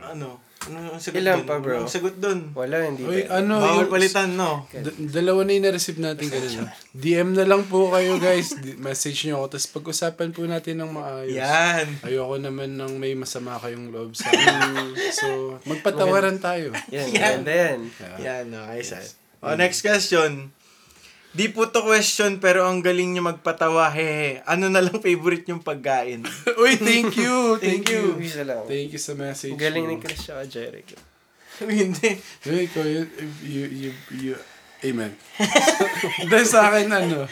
Speaker 1: Ano? Ano ang sagot
Speaker 2: Ilan
Speaker 1: dun?
Speaker 2: pa, bro?
Speaker 1: Ano Ang sagot dun.
Speaker 2: Wala, hindi
Speaker 3: Uy,
Speaker 2: pa.
Speaker 3: ano,
Speaker 1: Bawal
Speaker 3: yung-
Speaker 1: palitan, no?
Speaker 3: D- dalawa na yung na-receive natin ganun. ah. DM na lang po kayo guys. D- message nyo ako. Tapos pag-usapan po natin ng maayos.
Speaker 1: Yan.
Speaker 3: Ayoko naman ng may masama kayong loob sa akin. so, magpatawaran tayo.
Speaker 2: Yan, maganda yan.
Speaker 1: Yan, okay, sir. O, Oh, next question. Di po to question, pero ang galing nyo magpatawa, hehe. Ano na lang favorite nyong pagkain?
Speaker 3: Uy, thank you. Thank
Speaker 1: Thank you.
Speaker 3: you.
Speaker 2: Isa lang.
Speaker 3: Thank you sa message.
Speaker 2: Ang galing ni
Speaker 3: mo.
Speaker 2: Chris at Jericho.
Speaker 1: Hindi.
Speaker 3: Uy, ikaw, you, you, you, you, amen. Dahil sa akin, ano,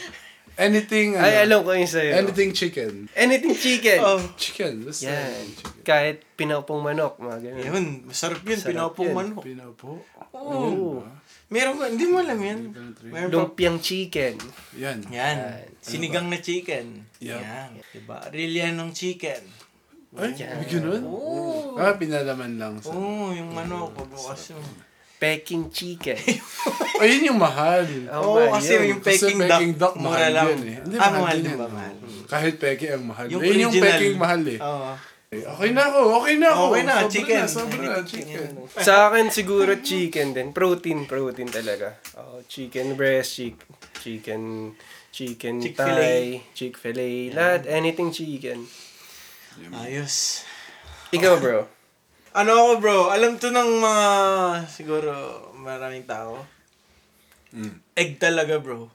Speaker 3: anything, ano,
Speaker 2: Ay, alam ko yung sa'yo. Anything,
Speaker 3: anything chicken.
Speaker 2: chicken.
Speaker 1: Oh,
Speaker 3: Chicken. Basta
Speaker 2: Yan.
Speaker 3: chicken.
Speaker 2: Kahit pinapong manok, mga ganun.
Speaker 1: yun. Masarap yun.
Speaker 2: Sarap
Speaker 1: Pinapong
Speaker 2: yun.
Speaker 1: manok.
Speaker 3: Pinapo.
Speaker 2: Oo.
Speaker 1: Meron ko, hindi mo alam yan. Meron pa-
Speaker 2: Lumpiang chicken.
Speaker 3: Yan. Ah,
Speaker 1: Yan. Sinigang na chicken.
Speaker 3: Yup.
Speaker 1: Yan. Diba? Rilyan ng chicken.
Speaker 3: Ay, may ganun?
Speaker 1: Oo.
Speaker 3: Ah, pinalaman lang. Sa...
Speaker 1: Oo, yung manok. Pagbukas yun.
Speaker 2: Peking chicken.
Speaker 3: Ay, yun yung mahal.
Speaker 2: Oh,
Speaker 1: Oo,
Speaker 2: man,
Speaker 1: kasi
Speaker 2: yun.
Speaker 1: yung Peking duck,
Speaker 3: mahal
Speaker 1: mura lang.
Speaker 3: yun eh. Hindi,
Speaker 1: Ah, mahal
Speaker 3: din
Speaker 1: din ba?
Speaker 3: yan,
Speaker 1: Mahal.
Speaker 3: oo. Kahit Peking ang mahal. Yung
Speaker 1: Yung
Speaker 3: Ayun yung
Speaker 1: original.
Speaker 3: Peking mahal eh.
Speaker 1: Oo.
Speaker 3: Eh, Okay na ako, Ah, okay na ako.
Speaker 1: Okay na,
Speaker 3: Sobra
Speaker 1: chicken.
Speaker 3: Na, sobra na, chicken.
Speaker 2: Sa akin siguro chicken din. Protein, protein talaga. Oh, chicken breast, chick, chicken, chicken
Speaker 1: Chick-fil-A.
Speaker 2: thigh, Chick-fil-A, lahat, anything chicken.
Speaker 1: Ayos.
Speaker 2: Ikaw bro,
Speaker 1: Ano ako bro, alam to ng mga siguro maraming tao.
Speaker 3: Mm.
Speaker 1: Egg talaga bro.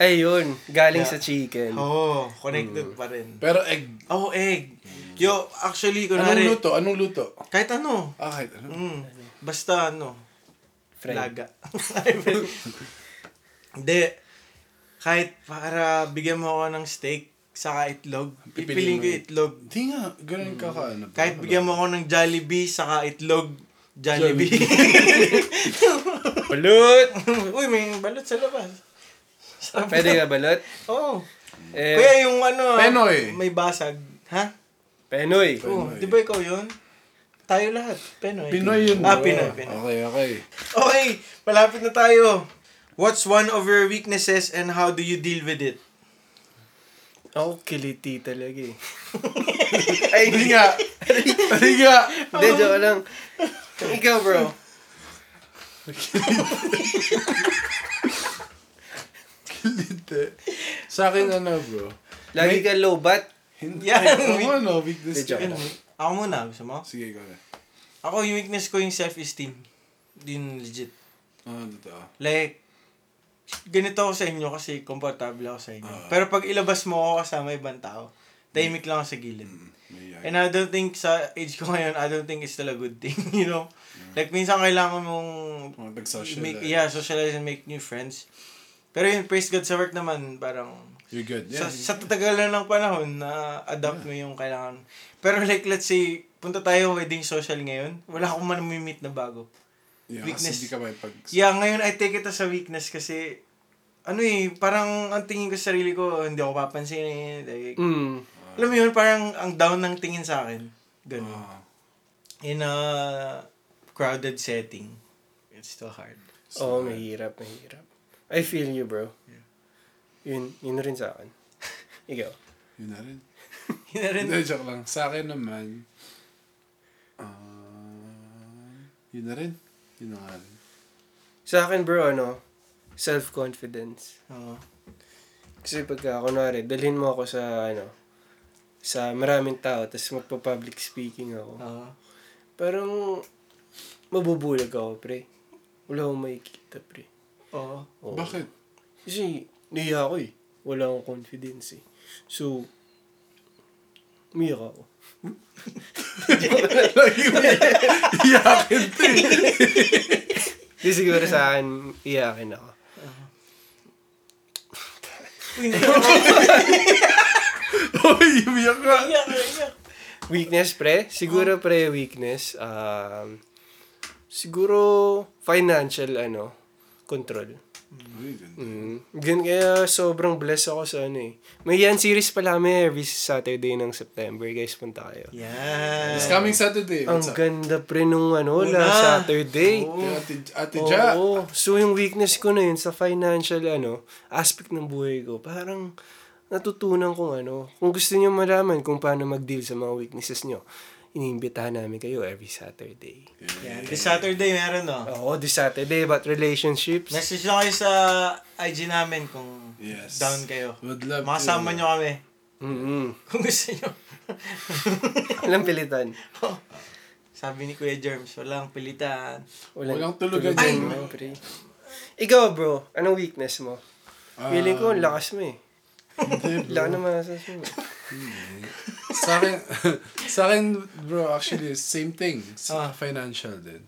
Speaker 2: ayun, galing
Speaker 1: Yeah.
Speaker 2: sa
Speaker 3: Mm.
Speaker 2: chicken.
Speaker 1: Oo, oh, connected pa rin.
Speaker 3: Pero egg.
Speaker 1: Oo, oh, egg. Yo, actually,
Speaker 3: Anong
Speaker 1: kunwari,
Speaker 3: luto? Anong luto?
Speaker 1: kahit ano.
Speaker 3: Ah, kahit ano.
Speaker 1: Mm, basta ano,
Speaker 2: Fried.
Speaker 1: laga. Hindi. Kahit para bigyan mo ako ng steak, saka itlog,
Speaker 3: Pipiliin
Speaker 1: pipiling
Speaker 3: mo
Speaker 1: ko
Speaker 3: yun.
Speaker 1: itlog.
Speaker 3: Hindi nga, ganun ka ka ano.
Speaker 1: Kahit bigyan mo ako ng Jollibee, saka itlog, Jollibee.
Speaker 2: Balot!
Speaker 1: Uy, may balot sa labas.
Speaker 3: Ah,
Speaker 1: Sabi
Speaker 2: Pwede ka balot?
Speaker 1: Oo.
Speaker 2: Eh,
Speaker 1: Kuya, yung ano, ah,
Speaker 3: Penoy.
Speaker 1: may basag. Ha?
Speaker 2: Penoy.
Speaker 1: Oo.
Speaker 3: Penoy.
Speaker 1: Di ba ikaw yun? Tayo lahat. Penoy.
Speaker 3: Pinoy yun.
Speaker 1: Ah,
Speaker 3: bro.
Speaker 1: Pinoy, Pinoy.
Speaker 3: Okay, okay.
Speaker 1: Okay, malapit na tayo. What's one of your weaknesses and how do you deal with it?
Speaker 2: Ako kiliti talaga eh.
Speaker 3: Ay, hindi nga. Hindi nga.
Speaker 2: Hindi, joke lang. Ikaw bro.
Speaker 3: Hindi. eh. Sa akin ano, bro.
Speaker 2: Lagi
Speaker 3: May-
Speaker 2: ka lobat.
Speaker 3: Hindi.
Speaker 1: Yan.
Speaker 3: Ako ano, weakness
Speaker 2: Hindi, joke
Speaker 3: ko.
Speaker 2: lang.
Speaker 1: Ako muna, gusto mo?
Speaker 3: Sige, ikaw na.
Speaker 1: Ako, yung weakness ko yung self-esteem. Yun legit.
Speaker 3: Ano, totoo.
Speaker 1: Like, ganito ako sa inyo kasi komportable ako sa inyo. Pero pag ilabas mo ako kasama ibang tao, tahimik lang ako sa gilid.
Speaker 3: Mm. May yaya.
Speaker 1: And uh, I don't think sa age ko ngayon, I don't think it's still a good thing, you know? Like, minsan kailangan mong
Speaker 3: Mga nag-social.
Speaker 1: make,
Speaker 3: ah.
Speaker 1: yeah, socialize and make new friends. Pero yun, praise God sa work naman, parang,
Speaker 3: You're good.
Speaker 1: sa,
Speaker 3: Yeah.
Speaker 1: sa tatagalan ng panahon, na adapt mo yung kailangan. Pero like, let's say, punta tayo wedding social ngayon, wala akong manamimit na bago.
Speaker 3: yeah,
Speaker 1: weakness.
Speaker 3: Kasi hindi ka may pag...
Speaker 1: Yeah, ngayon I take it as a weakness kasi ano eh, parang ang tingin ko sa sarili ko, hindi ako papansinin. Like,
Speaker 2: Mm.
Speaker 1: Alam mo yun, parang ang down ng tingin sa akin. Ganun.
Speaker 3: Ah.
Speaker 1: In a crowded setting, it's still hard.
Speaker 2: Oo, oh, mahirap, mahirap. I feel you bro. Yun, yun rin sa akin. Ikaw.
Speaker 3: yun na rin.
Speaker 1: Yun na rin.
Speaker 3: Hindi, joke lang. Sa akin naman, ah, yun na rin. Yun na nga rin.
Speaker 2: Sa akin bro, ano, self-confidence.
Speaker 1: Oo.
Speaker 2: Kasi pagka, kunwari, dalhin mo ako sa, ano, sa maraming tao, tapos magpa-public speaking ako.
Speaker 1: Oo.
Speaker 2: Parang, mabubulag ako, pre. Wala akong makikita, pre.
Speaker 1: Oo.
Speaker 2: Oo.
Speaker 3: Bakit?
Speaker 2: Kasi, niya ako eh. Wala akong confidence eh. So, umiyak ako.
Speaker 3: Lagi mo iyakin to eh.
Speaker 2: Di siguro sa akin, iyakin ako.
Speaker 1: Uy, naiyak.
Speaker 3: Uy, umiyak ka.
Speaker 1: Naiyak, naiyak.
Speaker 2: Weakness, pre? Siguro, pre, weakness. Um, siguro, financial, ano, control.
Speaker 3: Uy, ganda.
Speaker 2: Mm. Gan kaya sobrang blessed ako sa ano eh. May yan series pala kami every Saturday ng September. Guys, punta kayo.
Speaker 1: Yan.
Speaker 3: It's coming Saturday.
Speaker 2: Ang
Speaker 3: What's up?
Speaker 2: ganda pre nung ano,
Speaker 1: Una.
Speaker 2: last Saturday.
Speaker 1: Oo.
Speaker 3: Kay Ate, Ate
Speaker 2: Oo.
Speaker 3: Ja.
Speaker 2: So yung weakness ko na yun sa financial ano, aspect ng buhay ko, parang natutunan kong ano, kung gusto niyo malaman kung paano mag-deal sa mga weaknesses niyo, iniimbitahan namin kayo every Saturday.
Speaker 1: Yan. This Saturday meron, no?
Speaker 3: Oh.
Speaker 2: Oo, this Saturday about relationships.
Speaker 1: Message lang kayo sa IG namin kung
Speaker 3: Yes.
Speaker 1: down kayo.
Speaker 3: Would love
Speaker 1: Makasama
Speaker 3: to.
Speaker 1: nyo kami.
Speaker 2: Mm-mm.
Speaker 1: Kung gusto nyo.
Speaker 2: Walang pilitan.
Speaker 1: Sabi ni Kuya Germs, walang pilitan.
Speaker 3: Walang tulugan
Speaker 2: tulugan,
Speaker 3: yun,
Speaker 2: man,
Speaker 3: no?
Speaker 2: pre. Ikaw, bro, anong weakness mo?
Speaker 3: Ah,
Speaker 2: Feeling ko, ang lakas mo eh.
Speaker 3: hindi, bro.
Speaker 2: Wala na masasas mo.
Speaker 3: sa akin, sa akin, bro, actually, same thing. Sa
Speaker 1: Ah. Hmm.
Speaker 3: financial din.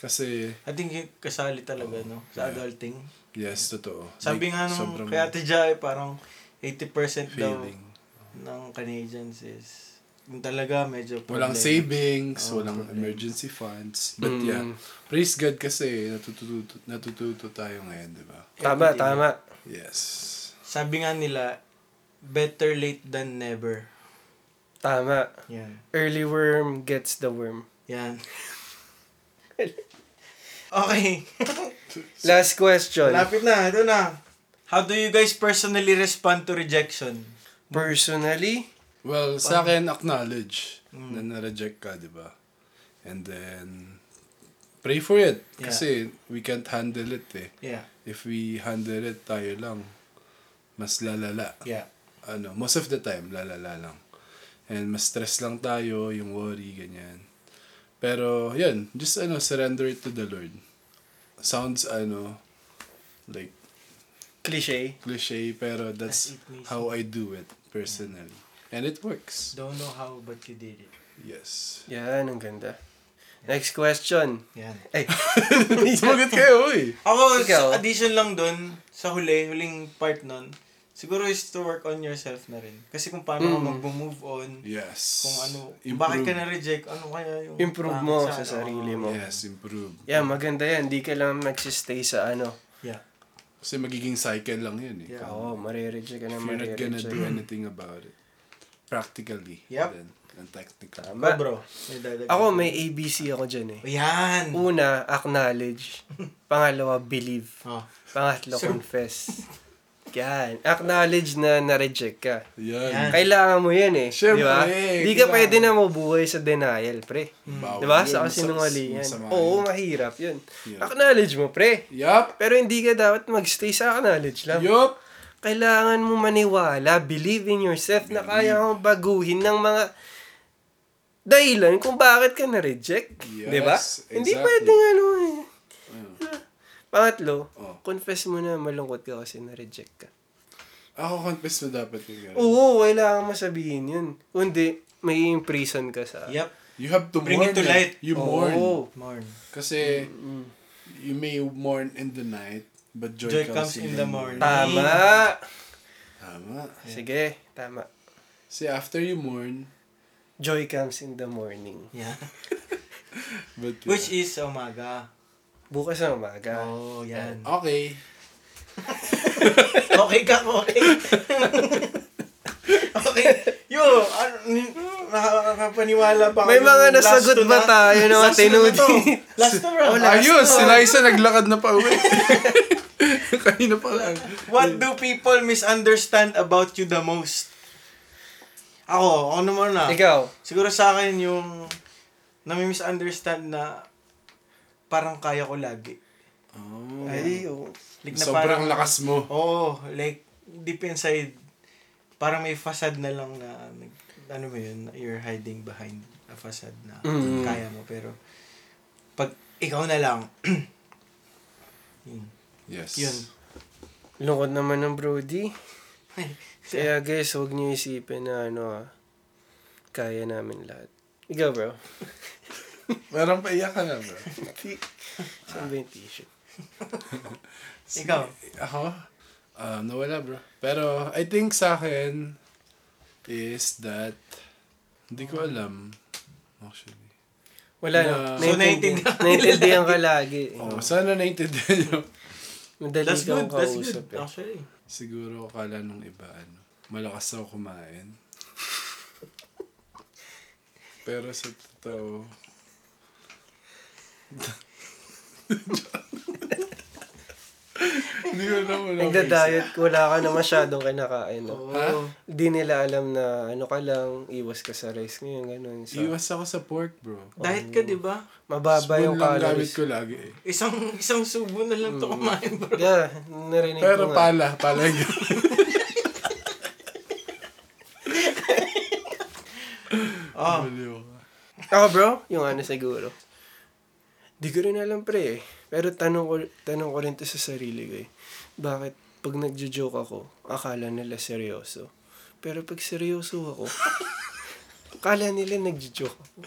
Speaker 3: Kasi,
Speaker 1: I think yung kasali talaga, no? Sa adulting.
Speaker 3: yes, totoo.
Speaker 1: Sabi
Speaker 3: Like,
Speaker 1: nga nung
Speaker 3: Oh, sobrang
Speaker 1: kay Ate Jai, parang 80% daw
Speaker 3: feeling.
Speaker 1: ng Canadians is yung talaga medyo
Speaker 3: Walang
Speaker 1: problema.
Speaker 3: savings,
Speaker 1: Oh,
Speaker 3: walang
Speaker 1: problem.
Speaker 3: emergency funds.
Speaker 2: Hmm.
Speaker 3: But yeah,
Speaker 2: Mm.
Speaker 3: praise God kasi natututo, natututo tayo ngayon, di ba?
Speaker 2: Tama,
Speaker 1: Everything.
Speaker 2: tama.
Speaker 3: Yes.
Speaker 1: Sabi nga nila, better late than never.
Speaker 2: Tama.
Speaker 1: Yan.
Speaker 2: Early worm gets the worm.
Speaker 1: Yan. okay.
Speaker 2: Last question.
Speaker 1: Lapit na. Ito na. How do you guys personally respond to rejection?
Speaker 2: Personally,
Speaker 3: Well, sa akin, acknowledge
Speaker 1: Hmm.
Speaker 3: na na-reject ka, di ba? And then, pray for it.
Speaker 1: Yeah.
Speaker 3: Kasi we can't handle it eh.
Speaker 1: Yeah.
Speaker 3: If we handle it, tayo lang. Mas lalala.
Speaker 1: Yeah.
Speaker 3: Ano, most of the time, lalala lang. And mas stress lang tayo, yung worry, ganyan. Pero, yun, just ano, surrender it to the Lord. Sounds, ano, like,
Speaker 2: cliche.
Speaker 3: cliche, pero that's
Speaker 1: As it may
Speaker 3: how I do it personally. And it works.
Speaker 1: Don't know how, but you did it.
Speaker 3: Yes.
Speaker 2: Yan, ang ganda. Next question.
Speaker 1: Yan.
Speaker 3: Sumagot kayo, uy!
Speaker 1: Ako,
Speaker 2: Ikaw?
Speaker 1: sa addition lang dun, sa huli, huling part nun, siguro is to work on yourself na rin. Kasi kung paano ka
Speaker 2: Mm.
Speaker 1: mag-move on,
Speaker 3: Yes.
Speaker 1: kung ano,
Speaker 3: Improve.
Speaker 1: bakit ka na-reject, ano kaya yung...
Speaker 2: Improve
Speaker 1: pangit
Speaker 2: mo
Speaker 1: ano?
Speaker 2: sa sarili mo.
Speaker 3: Yes, improve.
Speaker 2: Yan, maganda yan. Di ka lang magsistay sa ano.
Speaker 1: Yeah.
Speaker 3: Kasi magiging cycle lang yun eh.
Speaker 1: Yeah.
Speaker 2: Oo, oh, marireject ka na
Speaker 3: If you're not gonna
Speaker 2: marireject.
Speaker 3: do anything about it. Practically.
Speaker 1: Yep.
Speaker 3: Then, and technically.
Speaker 1: Ba,
Speaker 2: Tama.
Speaker 1: bro, may dadag-
Speaker 2: Ako, may ABC ako dyan eh.
Speaker 1: Ayan!
Speaker 2: Una, acknowledge. Pangalawa, believe.
Speaker 1: Oh.
Speaker 2: Pangatlo,
Speaker 1: Sure.
Speaker 2: confess. Yan. Acknowledge na na-reject ka.
Speaker 1: Yan.
Speaker 3: Yan.
Speaker 2: Kailangan mo yan eh.
Speaker 3: Siyempre,
Speaker 2: di ba?
Speaker 3: Hmm. eh,
Speaker 2: Di ka
Speaker 3: kailangan.
Speaker 2: pwede na mabuhay sa denial, pre.
Speaker 3: Bawal
Speaker 2: Di ba?
Speaker 3: yun.
Speaker 2: Diba? Sa
Speaker 3: Mas-
Speaker 2: kasinungalingan.
Speaker 3: masama
Speaker 2: Oo,
Speaker 3: yun.
Speaker 2: mahirap yun.
Speaker 3: Hirap.
Speaker 2: Acknowledge mo, pre.
Speaker 3: Yup.
Speaker 2: Pero hindi ka dapat magstay sa acknowledge lang.
Speaker 3: Yup.
Speaker 2: Kailangan mo maniwala, believe in yourself na kaya kang baguhin ng mga dahilan kung bakit ka na-reject.
Speaker 3: Yes,
Speaker 2: di ba? Hindi
Speaker 3: exactly. Mm.
Speaker 2: pwedeng ano eh. Pangatlo,
Speaker 3: Oh.
Speaker 2: confess mo na malungkot ka kasi na-reject ka.
Speaker 3: Ako confess mo dapat yung ganun.
Speaker 2: Oo, wala kang masabihin yun. Kundi, may imprison ka sa...
Speaker 1: Yep.
Speaker 3: You have to
Speaker 1: Bring
Speaker 3: mourn.
Speaker 1: it to
Speaker 3: eh.
Speaker 1: light. Oh,
Speaker 3: You
Speaker 2: Oo.
Speaker 3: mourn.
Speaker 1: Morn.
Speaker 3: Kasi, you may mourn in the night, but joy,
Speaker 1: Joy comes in the morning.
Speaker 2: Tama!
Speaker 3: Tama.
Speaker 2: Sige, tama.
Speaker 3: Kasi after you mourn,
Speaker 2: Joy comes in the morning.
Speaker 1: Yeah.
Speaker 3: but yeah.
Speaker 1: Which is sa umaga.
Speaker 2: Bukas na umaga.
Speaker 1: Oh, yan.
Speaker 3: Okay.
Speaker 1: Okay ka, okay. okay. Yo, ano, ni- na- nakapaniwala pa
Speaker 2: May
Speaker 1: kayo
Speaker 2: mga
Speaker 1: yung last
Speaker 2: nasagot
Speaker 1: two
Speaker 2: ba
Speaker 1: na-
Speaker 2: tayo ng mga
Speaker 1: Last two na
Speaker 2: tinudi? Oh,
Speaker 1: to. Oh, Last na, bro.
Speaker 3: Ayos! Sila isa naglakad na pa uwi. Kanina pa lang.
Speaker 1: What do people misunderstand about you the most? Ako, ako naman na.
Speaker 2: Ikaw,
Speaker 1: Siguro sa akin yung nami-misunderstand na parang kaya ko lagi.
Speaker 3: Oh.
Speaker 2: ay, oo.
Speaker 1: Like na parang,
Speaker 3: Sobrang lakas mo.
Speaker 1: Oo, Oh, like deep inside, parang may facade na lang na, nag- ano mo yun, you're hiding behind a facade na
Speaker 2: Mm.
Speaker 1: kaya mo. Pero, pag ikaw na lang, yun.
Speaker 3: Yes.
Speaker 1: yun.
Speaker 2: Lungkot naman ng Brody.
Speaker 1: Ay,
Speaker 2: Kaya guys, huwag niyo isipin na ano ah, kaya namin lahat. Ikaw bro,
Speaker 3: Parang paiyak ka na, bro.
Speaker 2: saan ba yung t-shirt?
Speaker 1: Ikaw.
Speaker 3: Ako? Um, nawala, bro. Pero, I think sa akin is that hindi ko alam, actually.
Speaker 2: Wala
Speaker 3: Na-
Speaker 2: no.
Speaker 1: So,
Speaker 2: Naintindihan,
Speaker 1: naiintindihan
Speaker 2: naintindihan ka
Speaker 1: ka
Speaker 2: lagi. eh.
Speaker 3: Oh, sana Oh, naintindihan nyo.
Speaker 2: Madali
Speaker 1: That's
Speaker 2: kang
Speaker 1: good, that's
Speaker 2: kausap
Speaker 1: good.
Speaker 2: eh.
Speaker 1: Actually.
Speaker 3: Siguro akala nung iba, ano, malakas ako kumain. Pero sa totoo, hindi ko ano na wala
Speaker 2: Nagda-diet, wala ka na masyadong kinakain. No?
Speaker 1: Oo.
Speaker 3: Ha?
Speaker 2: Di nila alam na ano ka lang, iwas ka sa rice ngayon, ganun. Sa,
Speaker 3: Iwas ako sa pork, bro.
Speaker 1: Diet ka, di ba?
Speaker 2: mababa yung
Speaker 3: Spoon lang gamit
Speaker 2: calories.
Speaker 3: ko lagi eh.
Speaker 1: Isang isang subo na lang to kumain, bro.
Speaker 2: Yeah, narinig
Speaker 3: Pero
Speaker 2: ko nga.
Speaker 3: pala, pala yun.
Speaker 2: Ah.
Speaker 1: Oh,
Speaker 3: Baliw ka.
Speaker 2: Ako bro, yung ano siguro. Di ko rin alam pre eh. Pero tanong ko, tanong ko rin to sa sarili ko eh. Bakit pag nagjo-joke ako, akala nila seryoso. Pero pag seryoso ako, akala nila nagjo-joke ako.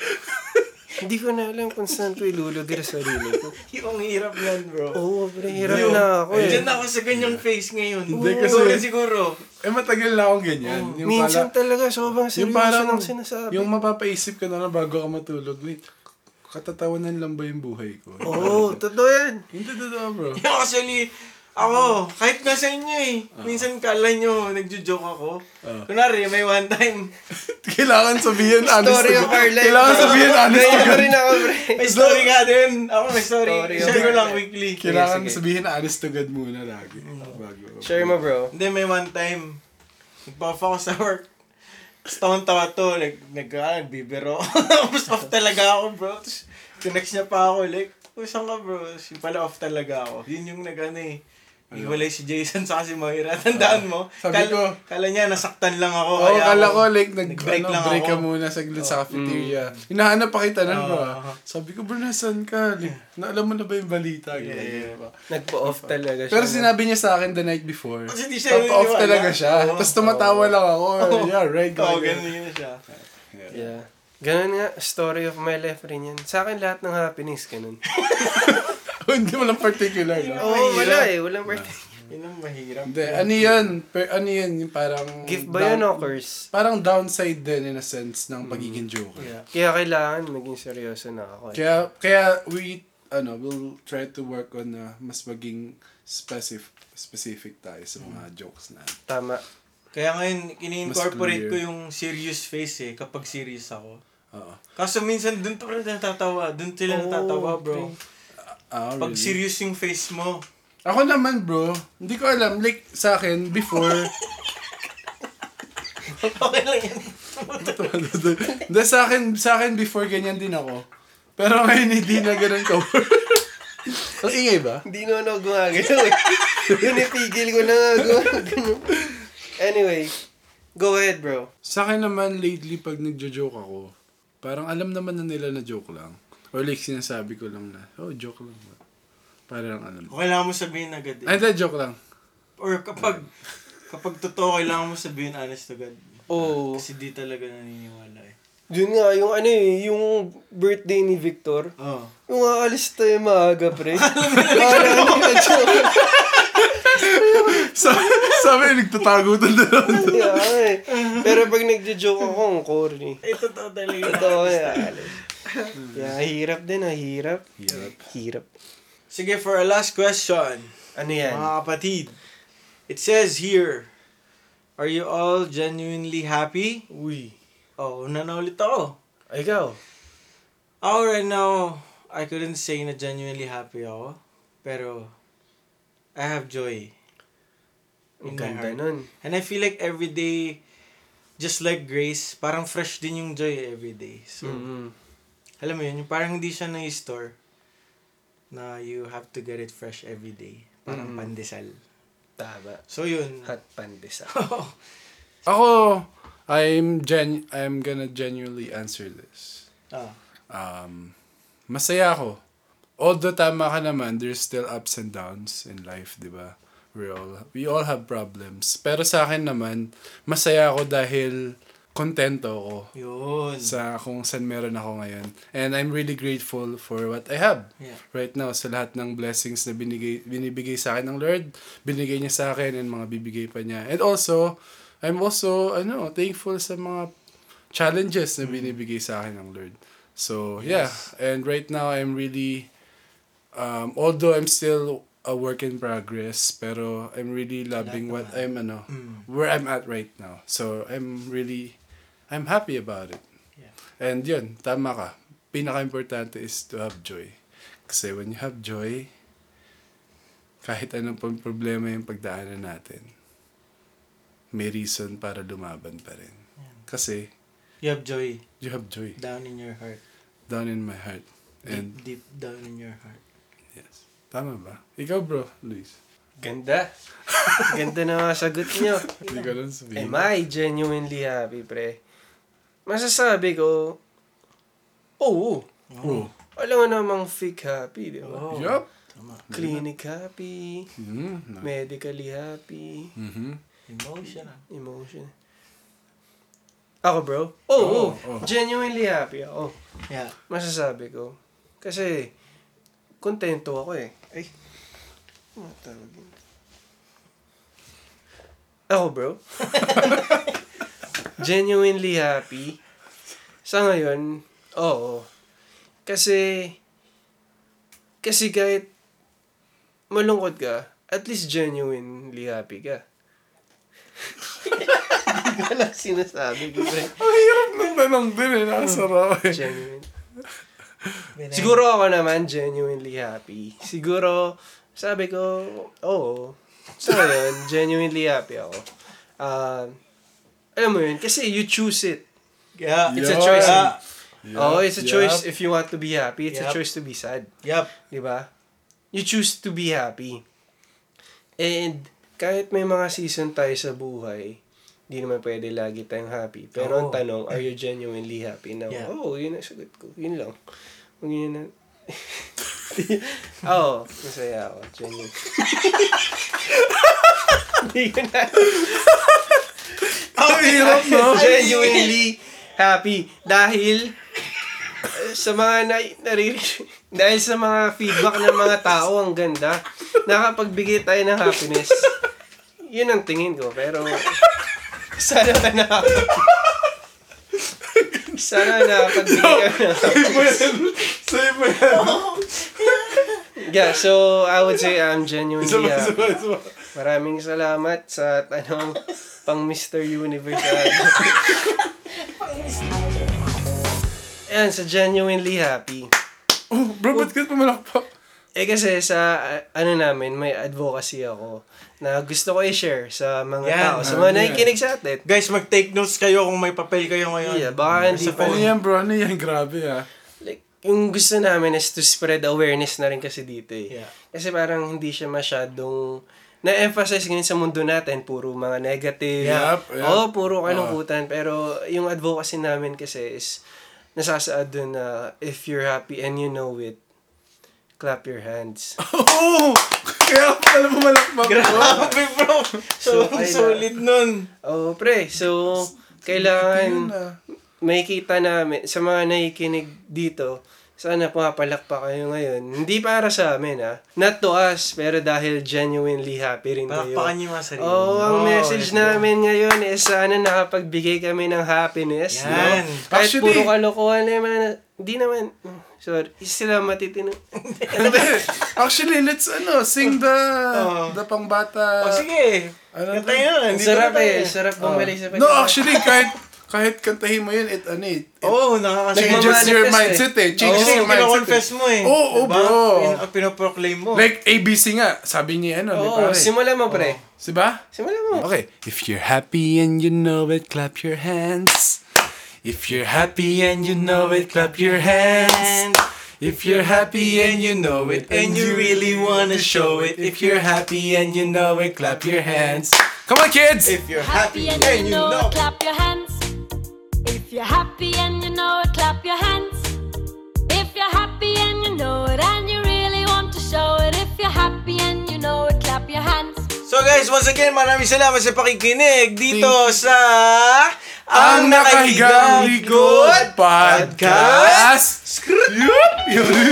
Speaker 2: Hindi ko na alam kung saan ko ilulugir sa sarili ko.
Speaker 1: yung hirap yan, bro.
Speaker 2: Oo, pre, hirap
Speaker 1: Yun.
Speaker 2: na ako eh.
Speaker 1: Diyan ako sa ganyang face ngayon.
Speaker 3: Hindi,
Speaker 1: Oo,
Speaker 3: kasi-
Speaker 1: siguro, siguro.
Speaker 3: Eh, matagal na akong ganyan. yung
Speaker 2: Oh, Minsan
Speaker 3: pala,
Speaker 2: talaga, sobrang seryoso
Speaker 3: yung parang,
Speaker 2: ng sinasabi.
Speaker 3: yung mapapaisip ka na lang bago ka matulog. Wait, katatawanan lang ba yung buhay ko?
Speaker 2: Oo, totoo yan.
Speaker 3: Hindi totoo, bro.
Speaker 1: Yung actually, ako, kahit na sa inyo eh. Minsan kala nyo, nagjo-joke ako.
Speaker 3: Ah.
Speaker 1: Kunwari, may one time,
Speaker 3: Kailangan sabihin honest
Speaker 2: Story
Speaker 3: to
Speaker 2: of
Speaker 3: God.
Speaker 2: our life.
Speaker 3: Kailangan sabihin honest to
Speaker 2: Ganyan
Speaker 3: God.
Speaker 2: rin ako, pre.
Speaker 1: may story ka din. Ako may story.
Speaker 2: Story of
Speaker 1: Share ko
Speaker 2: our
Speaker 1: lang
Speaker 2: life.
Speaker 1: weekly.
Speaker 3: Kailangan
Speaker 2: sige. Mm.
Speaker 3: sabihin honest to God muna lagi. Bago.
Speaker 2: Share mo, bro.
Speaker 1: Hindi, may one time, nagpa-off ako sa work. Tapos tawa to, nag, nag, ah, nagbibiro. Tapos off talaga ako, bro. Tapos tinext niya pa ako, like, "Uy, saan ka, bro? Tapos yun pala off talaga ako. Yun yung nag, ano eh, Iwalay si Jason sa si Moira. Tandaan mo?
Speaker 3: Ah. Sabi
Speaker 1: Kal-
Speaker 3: ko-
Speaker 1: kala niya, nasaktan lang ako.
Speaker 3: Oo,
Speaker 1: kaya
Speaker 3: kala
Speaker 1: ako-
Speaker 3: ko like nag,
Speaker 1: Nag-break
Speaker 3: break,
Speaker 1: lang
Speaker 3: break
Speaker 1: ako.
Speaker 3: ka muna sa sa cafeteria. Hinahanap pa kita nun, bro.
Speaker 1: Oo.
Speaker 3: Sabi ko, bro, nasan ka? Like, na, alam mo na ba yung balita?
Speaker 1: Yeah,
Speaker 3: Ganyan,
Speaker 1: yeah.
Speaker 3: diba?
Speaker 2: Nagpo-off talaga siya.
Speaker 3: Pero sinabi niya sa akin the night before.
Speaker 1: Kasi di siya
Speaker 3: Top off
Speaker 1: naniniwala.
Speaker 3: talaga siya.
Speaker 1: Oo.
Speaker 3: Tapos tumatawa lang ako.
Speaker 1: Oo.
Speaker 3: Yeah, right. ganyan.
Speaker 1: Oo, ganun yun siya.
Speaker 3: Yeah.
Speaker 2: Yeah. Ganun nga, story of my life rin yan. Sa akin lahat ng happenings, ganun.
Speaker 3: Hindi mo lang particular.
Speaker 2: Oo,
Speaker 3: No?
Speaker 1: Oh,
Speaker 2: wala
Speaker 1: mahirap.
Speaker 2: eh. Walang birthday.
Speaker 1: Yun ang mahirap.
Speaker 3: Hindi, ano yun? Per, ano yun? Yung parang...
Speaker 2: Gift ba yun o
Speaker 3: down-
Speaker 2: curse?
Speaker 3: Parang downside din in a sense ng pagiging joker.
Speaker 1: Yeah.
Speaker 2: Kaya kailangan maging seryoso na ako. eh.
Speaker 3: Kaya, kaya we, ano, we'll try to work on uh, mas maging specific, specific tayo sa mga jokes na.
Speaker 2: Tama.
Speaker 1: Kaya ngayon,
Speaker 3: Mas
Speaker 1: ini-incorporate ko
Speaker 3: clear.
Speaker 1: yung serious face eh, kapag serious ako.
Speaker 3: Oo.
Speaker 1: Kaso minsan, dun pa rin natatawa. Dun sila
Speaker 2: Oo,
Speaker 1: natatawa, bro.
Speaker 2: pre.
Speaker 3: Ah, Oh,
Speaker 1: Pag
Speaker 3: really?
Speaker 1: serious yung face mo.
Speaker 3: Ako naman, bro, hindi ko alam. Like, sa akin, before,
Speaker 1: okay lang yan.
Speaker 3: Hindi, sa akin, sa akin before ganyan din ako. Pero ngayon hindi na ganun ka. Ang ingay ba?
Speaker 2: Hindi na ako gumagalaw eh. Pinipigil ko na nga gumagalaw. Anyway, go ahead bro.
Speaker 3: Sa akin naman lately pag nagjo-joke ako, parang alam naman na nila na joke lang. Or like sinasabi ko lang na, oh, joke lang. ba?" Parang alam. mo.
Speaker 1: Kailangan mo sabihin agad
Speaker 3: Ay,
Speaker 1: eh.
Speaker 3: hindi, joke lang.
Speaker 1: Or kapag, kapag totoo, kailangan mo sabihin honest to God.
Speaker 2: Oh,
Speaker 1: Kasi di talaga naniniwala eh.
Speaker 2: yun nga, yung ano eh, yung birthday ni Victor.
Speaker 3: Oh.
Speaker 1: Oo.
Speaker 2: Yung aalis tayo maaga, pre. Para ano na joke.
Speaker 3: Sabi, sabi nagtatago talaga.
Speaker 2: Yeah, eh. Pero pag nagjo-joke ako, ang corny.
Speaker 1: Eh, totoo talaga.
Speaker 2: Totoo yan, aalis. Yeah, hirap din, ah, hirap.
Speaker 3: Hirap.
Speaker 2: Hirap.
Speaker 1: Sige, for a last question.
Speaker 2: Ano yan?
Speaker 1: Mga kapatid, it says here, Are you all genuinely happy?
Speaker 2: Uy.
Speaker 1: Oh, una na ulit ako.
Speaker 2: Ay, ikaw.
Speaker 1: Ako right now, I couldn't say na genuinely happy ako. Pero, I have joy.
Speaker 2: Ang
Speaker 1: In my
Speaker 2: ganda
Speaker 1: heart.
Speaker 2: nun.
Speaker 1: And I feel like every day, just like Grace, parang fresh din yung joy every day. So,
Speaker 3: Mm-hmm.
Speaker 2: Mm-mm.
Speaker 1: alam mo yun, yung parang hindi siya na-store na you have to get it fresh every day. Parang
Speaker 2: Mm.
Speaker 3: Mm-hmm.
Speaker 1: pandesal.
Speaker 2: Tama.
Speaker 1: So, yun.
Speaker 2: Hot pandesa.
Speaker 3: Ako, I'm gen I'm gonna genuinely answer this.
Speaker 1: ah,
Speaker 3: um, masaya ako. Although tama ka naman, there's still ups and downs in life, di ba? We all, we all have problems. Pero sa akin naman, masaya ako dahil kontento ako
Speaker 1: yun.
Speaker 3: sa kung saan meron ako ngayon. And I'm really grateful for what I have
Speaker 1: Yeah.
Speaker 3: right now sa lahat ng blessings na binigay, binibigay sa akin ng Lord, binigay niya sa akin and mga bibigay pa niya. And also, I'm also ano, thankful sa mga challenges na binibigay sa akin ng Lord. So, yeah. And right now, I'm really, um, although I'm still a work in progress pero I'm really loving what I'm ano
Speaker 1: Mm.
Speaker 3: where I'm at right now. So I'm really I'm happy about it.
Speaker 1: Yeah.
Speaker 3: And yun, tama ka. Pinaka-importante is to have joy. Kasi when you have joy, kahit anong pang problema yung pagdaanan natin, may reason para lumaban pa rin. Kasi
Speaker 1: You have joy
Speaker 3: you have joy
Speaker 1: down in your heart.
Speaker 3: down in my heart. And
Speaker 1: Deep, deep down in your heart.
Speaker 3: yes. Tama ba? Ikaw bro, Luis.
Speaker 2: Ganda. Ganda na mga sagot nyo.
Speaker 3: Hindi ko lang
Speaker 2: Am
Speaker 3: sabihin.
Speaker 2: I genuinely happy, pre? Masasabi ko, oo.
Speaker 3: Oh.
Speaker 2: Alam mo namang fake happy, di ba?
Speaker 1: Oo.
Speaker 3: Yup.
Speaker 1: Tama.
Speaker 2: Clinic happy,
Speaker 3: Mm, no.
Speaker 2: medically happy,
Speaker 3: Mhm.
Speaker 1: Emotional.
Speaker 2: emotion. ah. Ako, bro? Oo,
Speaker 3: Oo,
Speaker 2: oo.
Speaker 3: oo.
Speaker 2: genuinely happy ako.
Speaker 1: Yeah.
Speaker 2: Masasabi ko. Kasi, kontento ako eh. Ay, ano tawag yun? Ako, bro. Genuinely happy. Sa ngayon, oo. Kasi, kasi kahit malungkot ka, at least genuinely happy ka. Hindi ko alam sinasabi ko, pre.
Speaker 3: Ang hirap ng tanong din eh. Nakasaraw eh.
Speaker 2: Genuine. Siguro ako naman genuinely happy. Siguro, sabi ko, oo. So, ngayon, genuinely happy ako. Ah, alam mo yun, kasi you choose it.
Speaker 1: Yeah.
Speaker 2: It's a choice.
Speaker 1: Yeah.
Speaker 2: oh, it's a
Speaker 3: yup.
Speaker 2: choice if you want to be happy. It's a
Speaker 1: Yup.
Speaker 2: choice to be sad.
Speaker 1: Yup.
Speaker 2: Di ba? You choose to be happy. And kahit may mga season tayo sa buhay, di naman pwede lagi tayong happy. Pero ang
Speaker 1: Oo.
Speaker 2: tanong, are you genuinely happy now?
Speaker 1: Yeah.
Speaker 2: Oo, oh, yun ang sagot ko. Yun lang. Kung yun na... Oo, oh, masaya ako. Genuine. Hindi ko na...
Speaker 3: Ang hirap no?
Speaker 2: genuinely happy. Dahil eh, sa mga na, naririnig, dahil sa mga feedback ng mga tao, ang ganda. Nakapagbigay tayo ng happiness. Yun ang tingin ko, pero sana na Sana na pagbigay ka ng
Speaker 3: Sa'yo pa yan. Sa'yo pa yan.
Speaker 2: Yeah, so I would say I'm genuinely
Speaker 3: Isa pa, isa pa,
Speaker 2: happy.
Speaker 3: isa pa.
Speaker 2: Maraming salamat sa tanong pang Mr. Universe. Ayan, sa genuinely happy.
Speaker 3: Oh, bro, ba't ka pumalakpak?
Speaker 2: Eh kasi sa uh, ano namin, may advocacy ako na gusto ko i-share sa mga
Speaker 1: Yan,
Speaker 2: tao, sa mga
Speaker 3: ano yan.
Speaker 2: nakikinig sa atin.
Speaker 1: Guys, mag-take notes kayo kung may papel kayo ngayon.
Speaker 2: Yeah, baka hindi
Speaker 1: Sa
Speaker 2: pa-
Speaker 3: Ano
Speaker 1: phone.
Speaker 3: yan bro? Ano yan? Grabe ah.
Speaker 2: Like, yung gusto namin is to spread awareness na rin kasi dito eh.
Speaker 1: Yeah.
Speaker 2: Kasi parang hindi siya masyadong na-emphasize ngayon sa mundo natin, puro mga negative.
Speaker 3: Yup, yup.
Speaker 2: Oo, puro kalungkutan. Pero yung advocacy namin kasi is nasasaad dun na if you're happy and you know it, clap your hands.
Speaker 3: Oo! Oh! Kaya ako pala pumalakpak.
Speaker 1: Grabe, bro.
Speaker 2: So,
Speaker 1: So,
Speaker 2: ayun. ah.
Speaker 1: solid nun.
Speaker 2: Oo, pre. So,
Speaker 3: Ayun
Speaker 2: kailangan
Speaker 3: ah.
Speaker 2: makikita namin sa mga nakikinig dito, sana pumapalakpak kayo ngayon. Hindi para sa amin, ha? Not to us, pero dahil genuinely happy rin kayo.
Speaker 1: Palakpakan niyo yung mga sarili.
Speaker 2: Oo, ang
Speaker 1: Oo,
Speaker 2: message
Speaker 1: let's go.
Speaker 2: namin ngayon is sana nakapagbigay kami ng happiness. no?
Speaker 1: Yan.
Speaker 2: Kahit
Speaker 3: Actually-
Speaker 2: puro kalokohan naman, hindi naman, sorry, sila matitinong.
Speaker 3: Hindi. Actually, let's ano, sing the
Speaker 2: Oh.
Speaker 3: the pangbata.
Speaker 1: O, sige.
Speaker 3: Ano
Speaker 1: Kantayin na lang.
Speaker 2: Ang
Speaker 1: Dito
Speaker 2: sarap
Speaker 1: na tayo.
Speaker 2: eh, sarap bumalik sa
Speaker 3: Oh. No, actually, kahit kahit kantahin mo yun, it ano eh, it
Speaker 1: Oo, nakakasaya.
Speaker 2: Nagmama-
Speaker 3: changes your
Speaker 2: Nagmamanifest eh.
Speaker 3: mindset eh. Changes
Speaker 1: Kasi
Speaker 3: your
Speaker 1: yung
Speaker 3: mindset. eh.
Speaker 1: kinoconfess mo eh.
Speaker 3: Oo, oo, bro.
Speaker 1: Pin- Pinoproclaim mo.
Speaker 3: Like ABC nga, sabi niya ano, ni
Speaker 2: Oo,
Speaker 3: pare.
Speaker 2: simula mo, pre.
Speaker 3: Diba?
Speaker 2: Simula mo.
Speaker 3: Okay. If you're happy and you know it, clap your hands. If you're happy and you know it, clap your hands. If you're happy and you know it, and you really wanna show it. If you're happy and you know it, clap your hands. Come on, kids!
Speaker 1: If you're
Speaker 4: happy and you know it, clap your hands. If you're happy and you know it, clap your hands. If you're happy and you know it, and you really want to show it. If you're happy and you know it, clap your hands.
Speaker 1: So guys, once again, maraming salamat sa pakikinig dito sa
Speaker 3: Ang Nakahigang Likod Podcast!
Speaker 1: Screw
Speaker 3: Yup! Yup!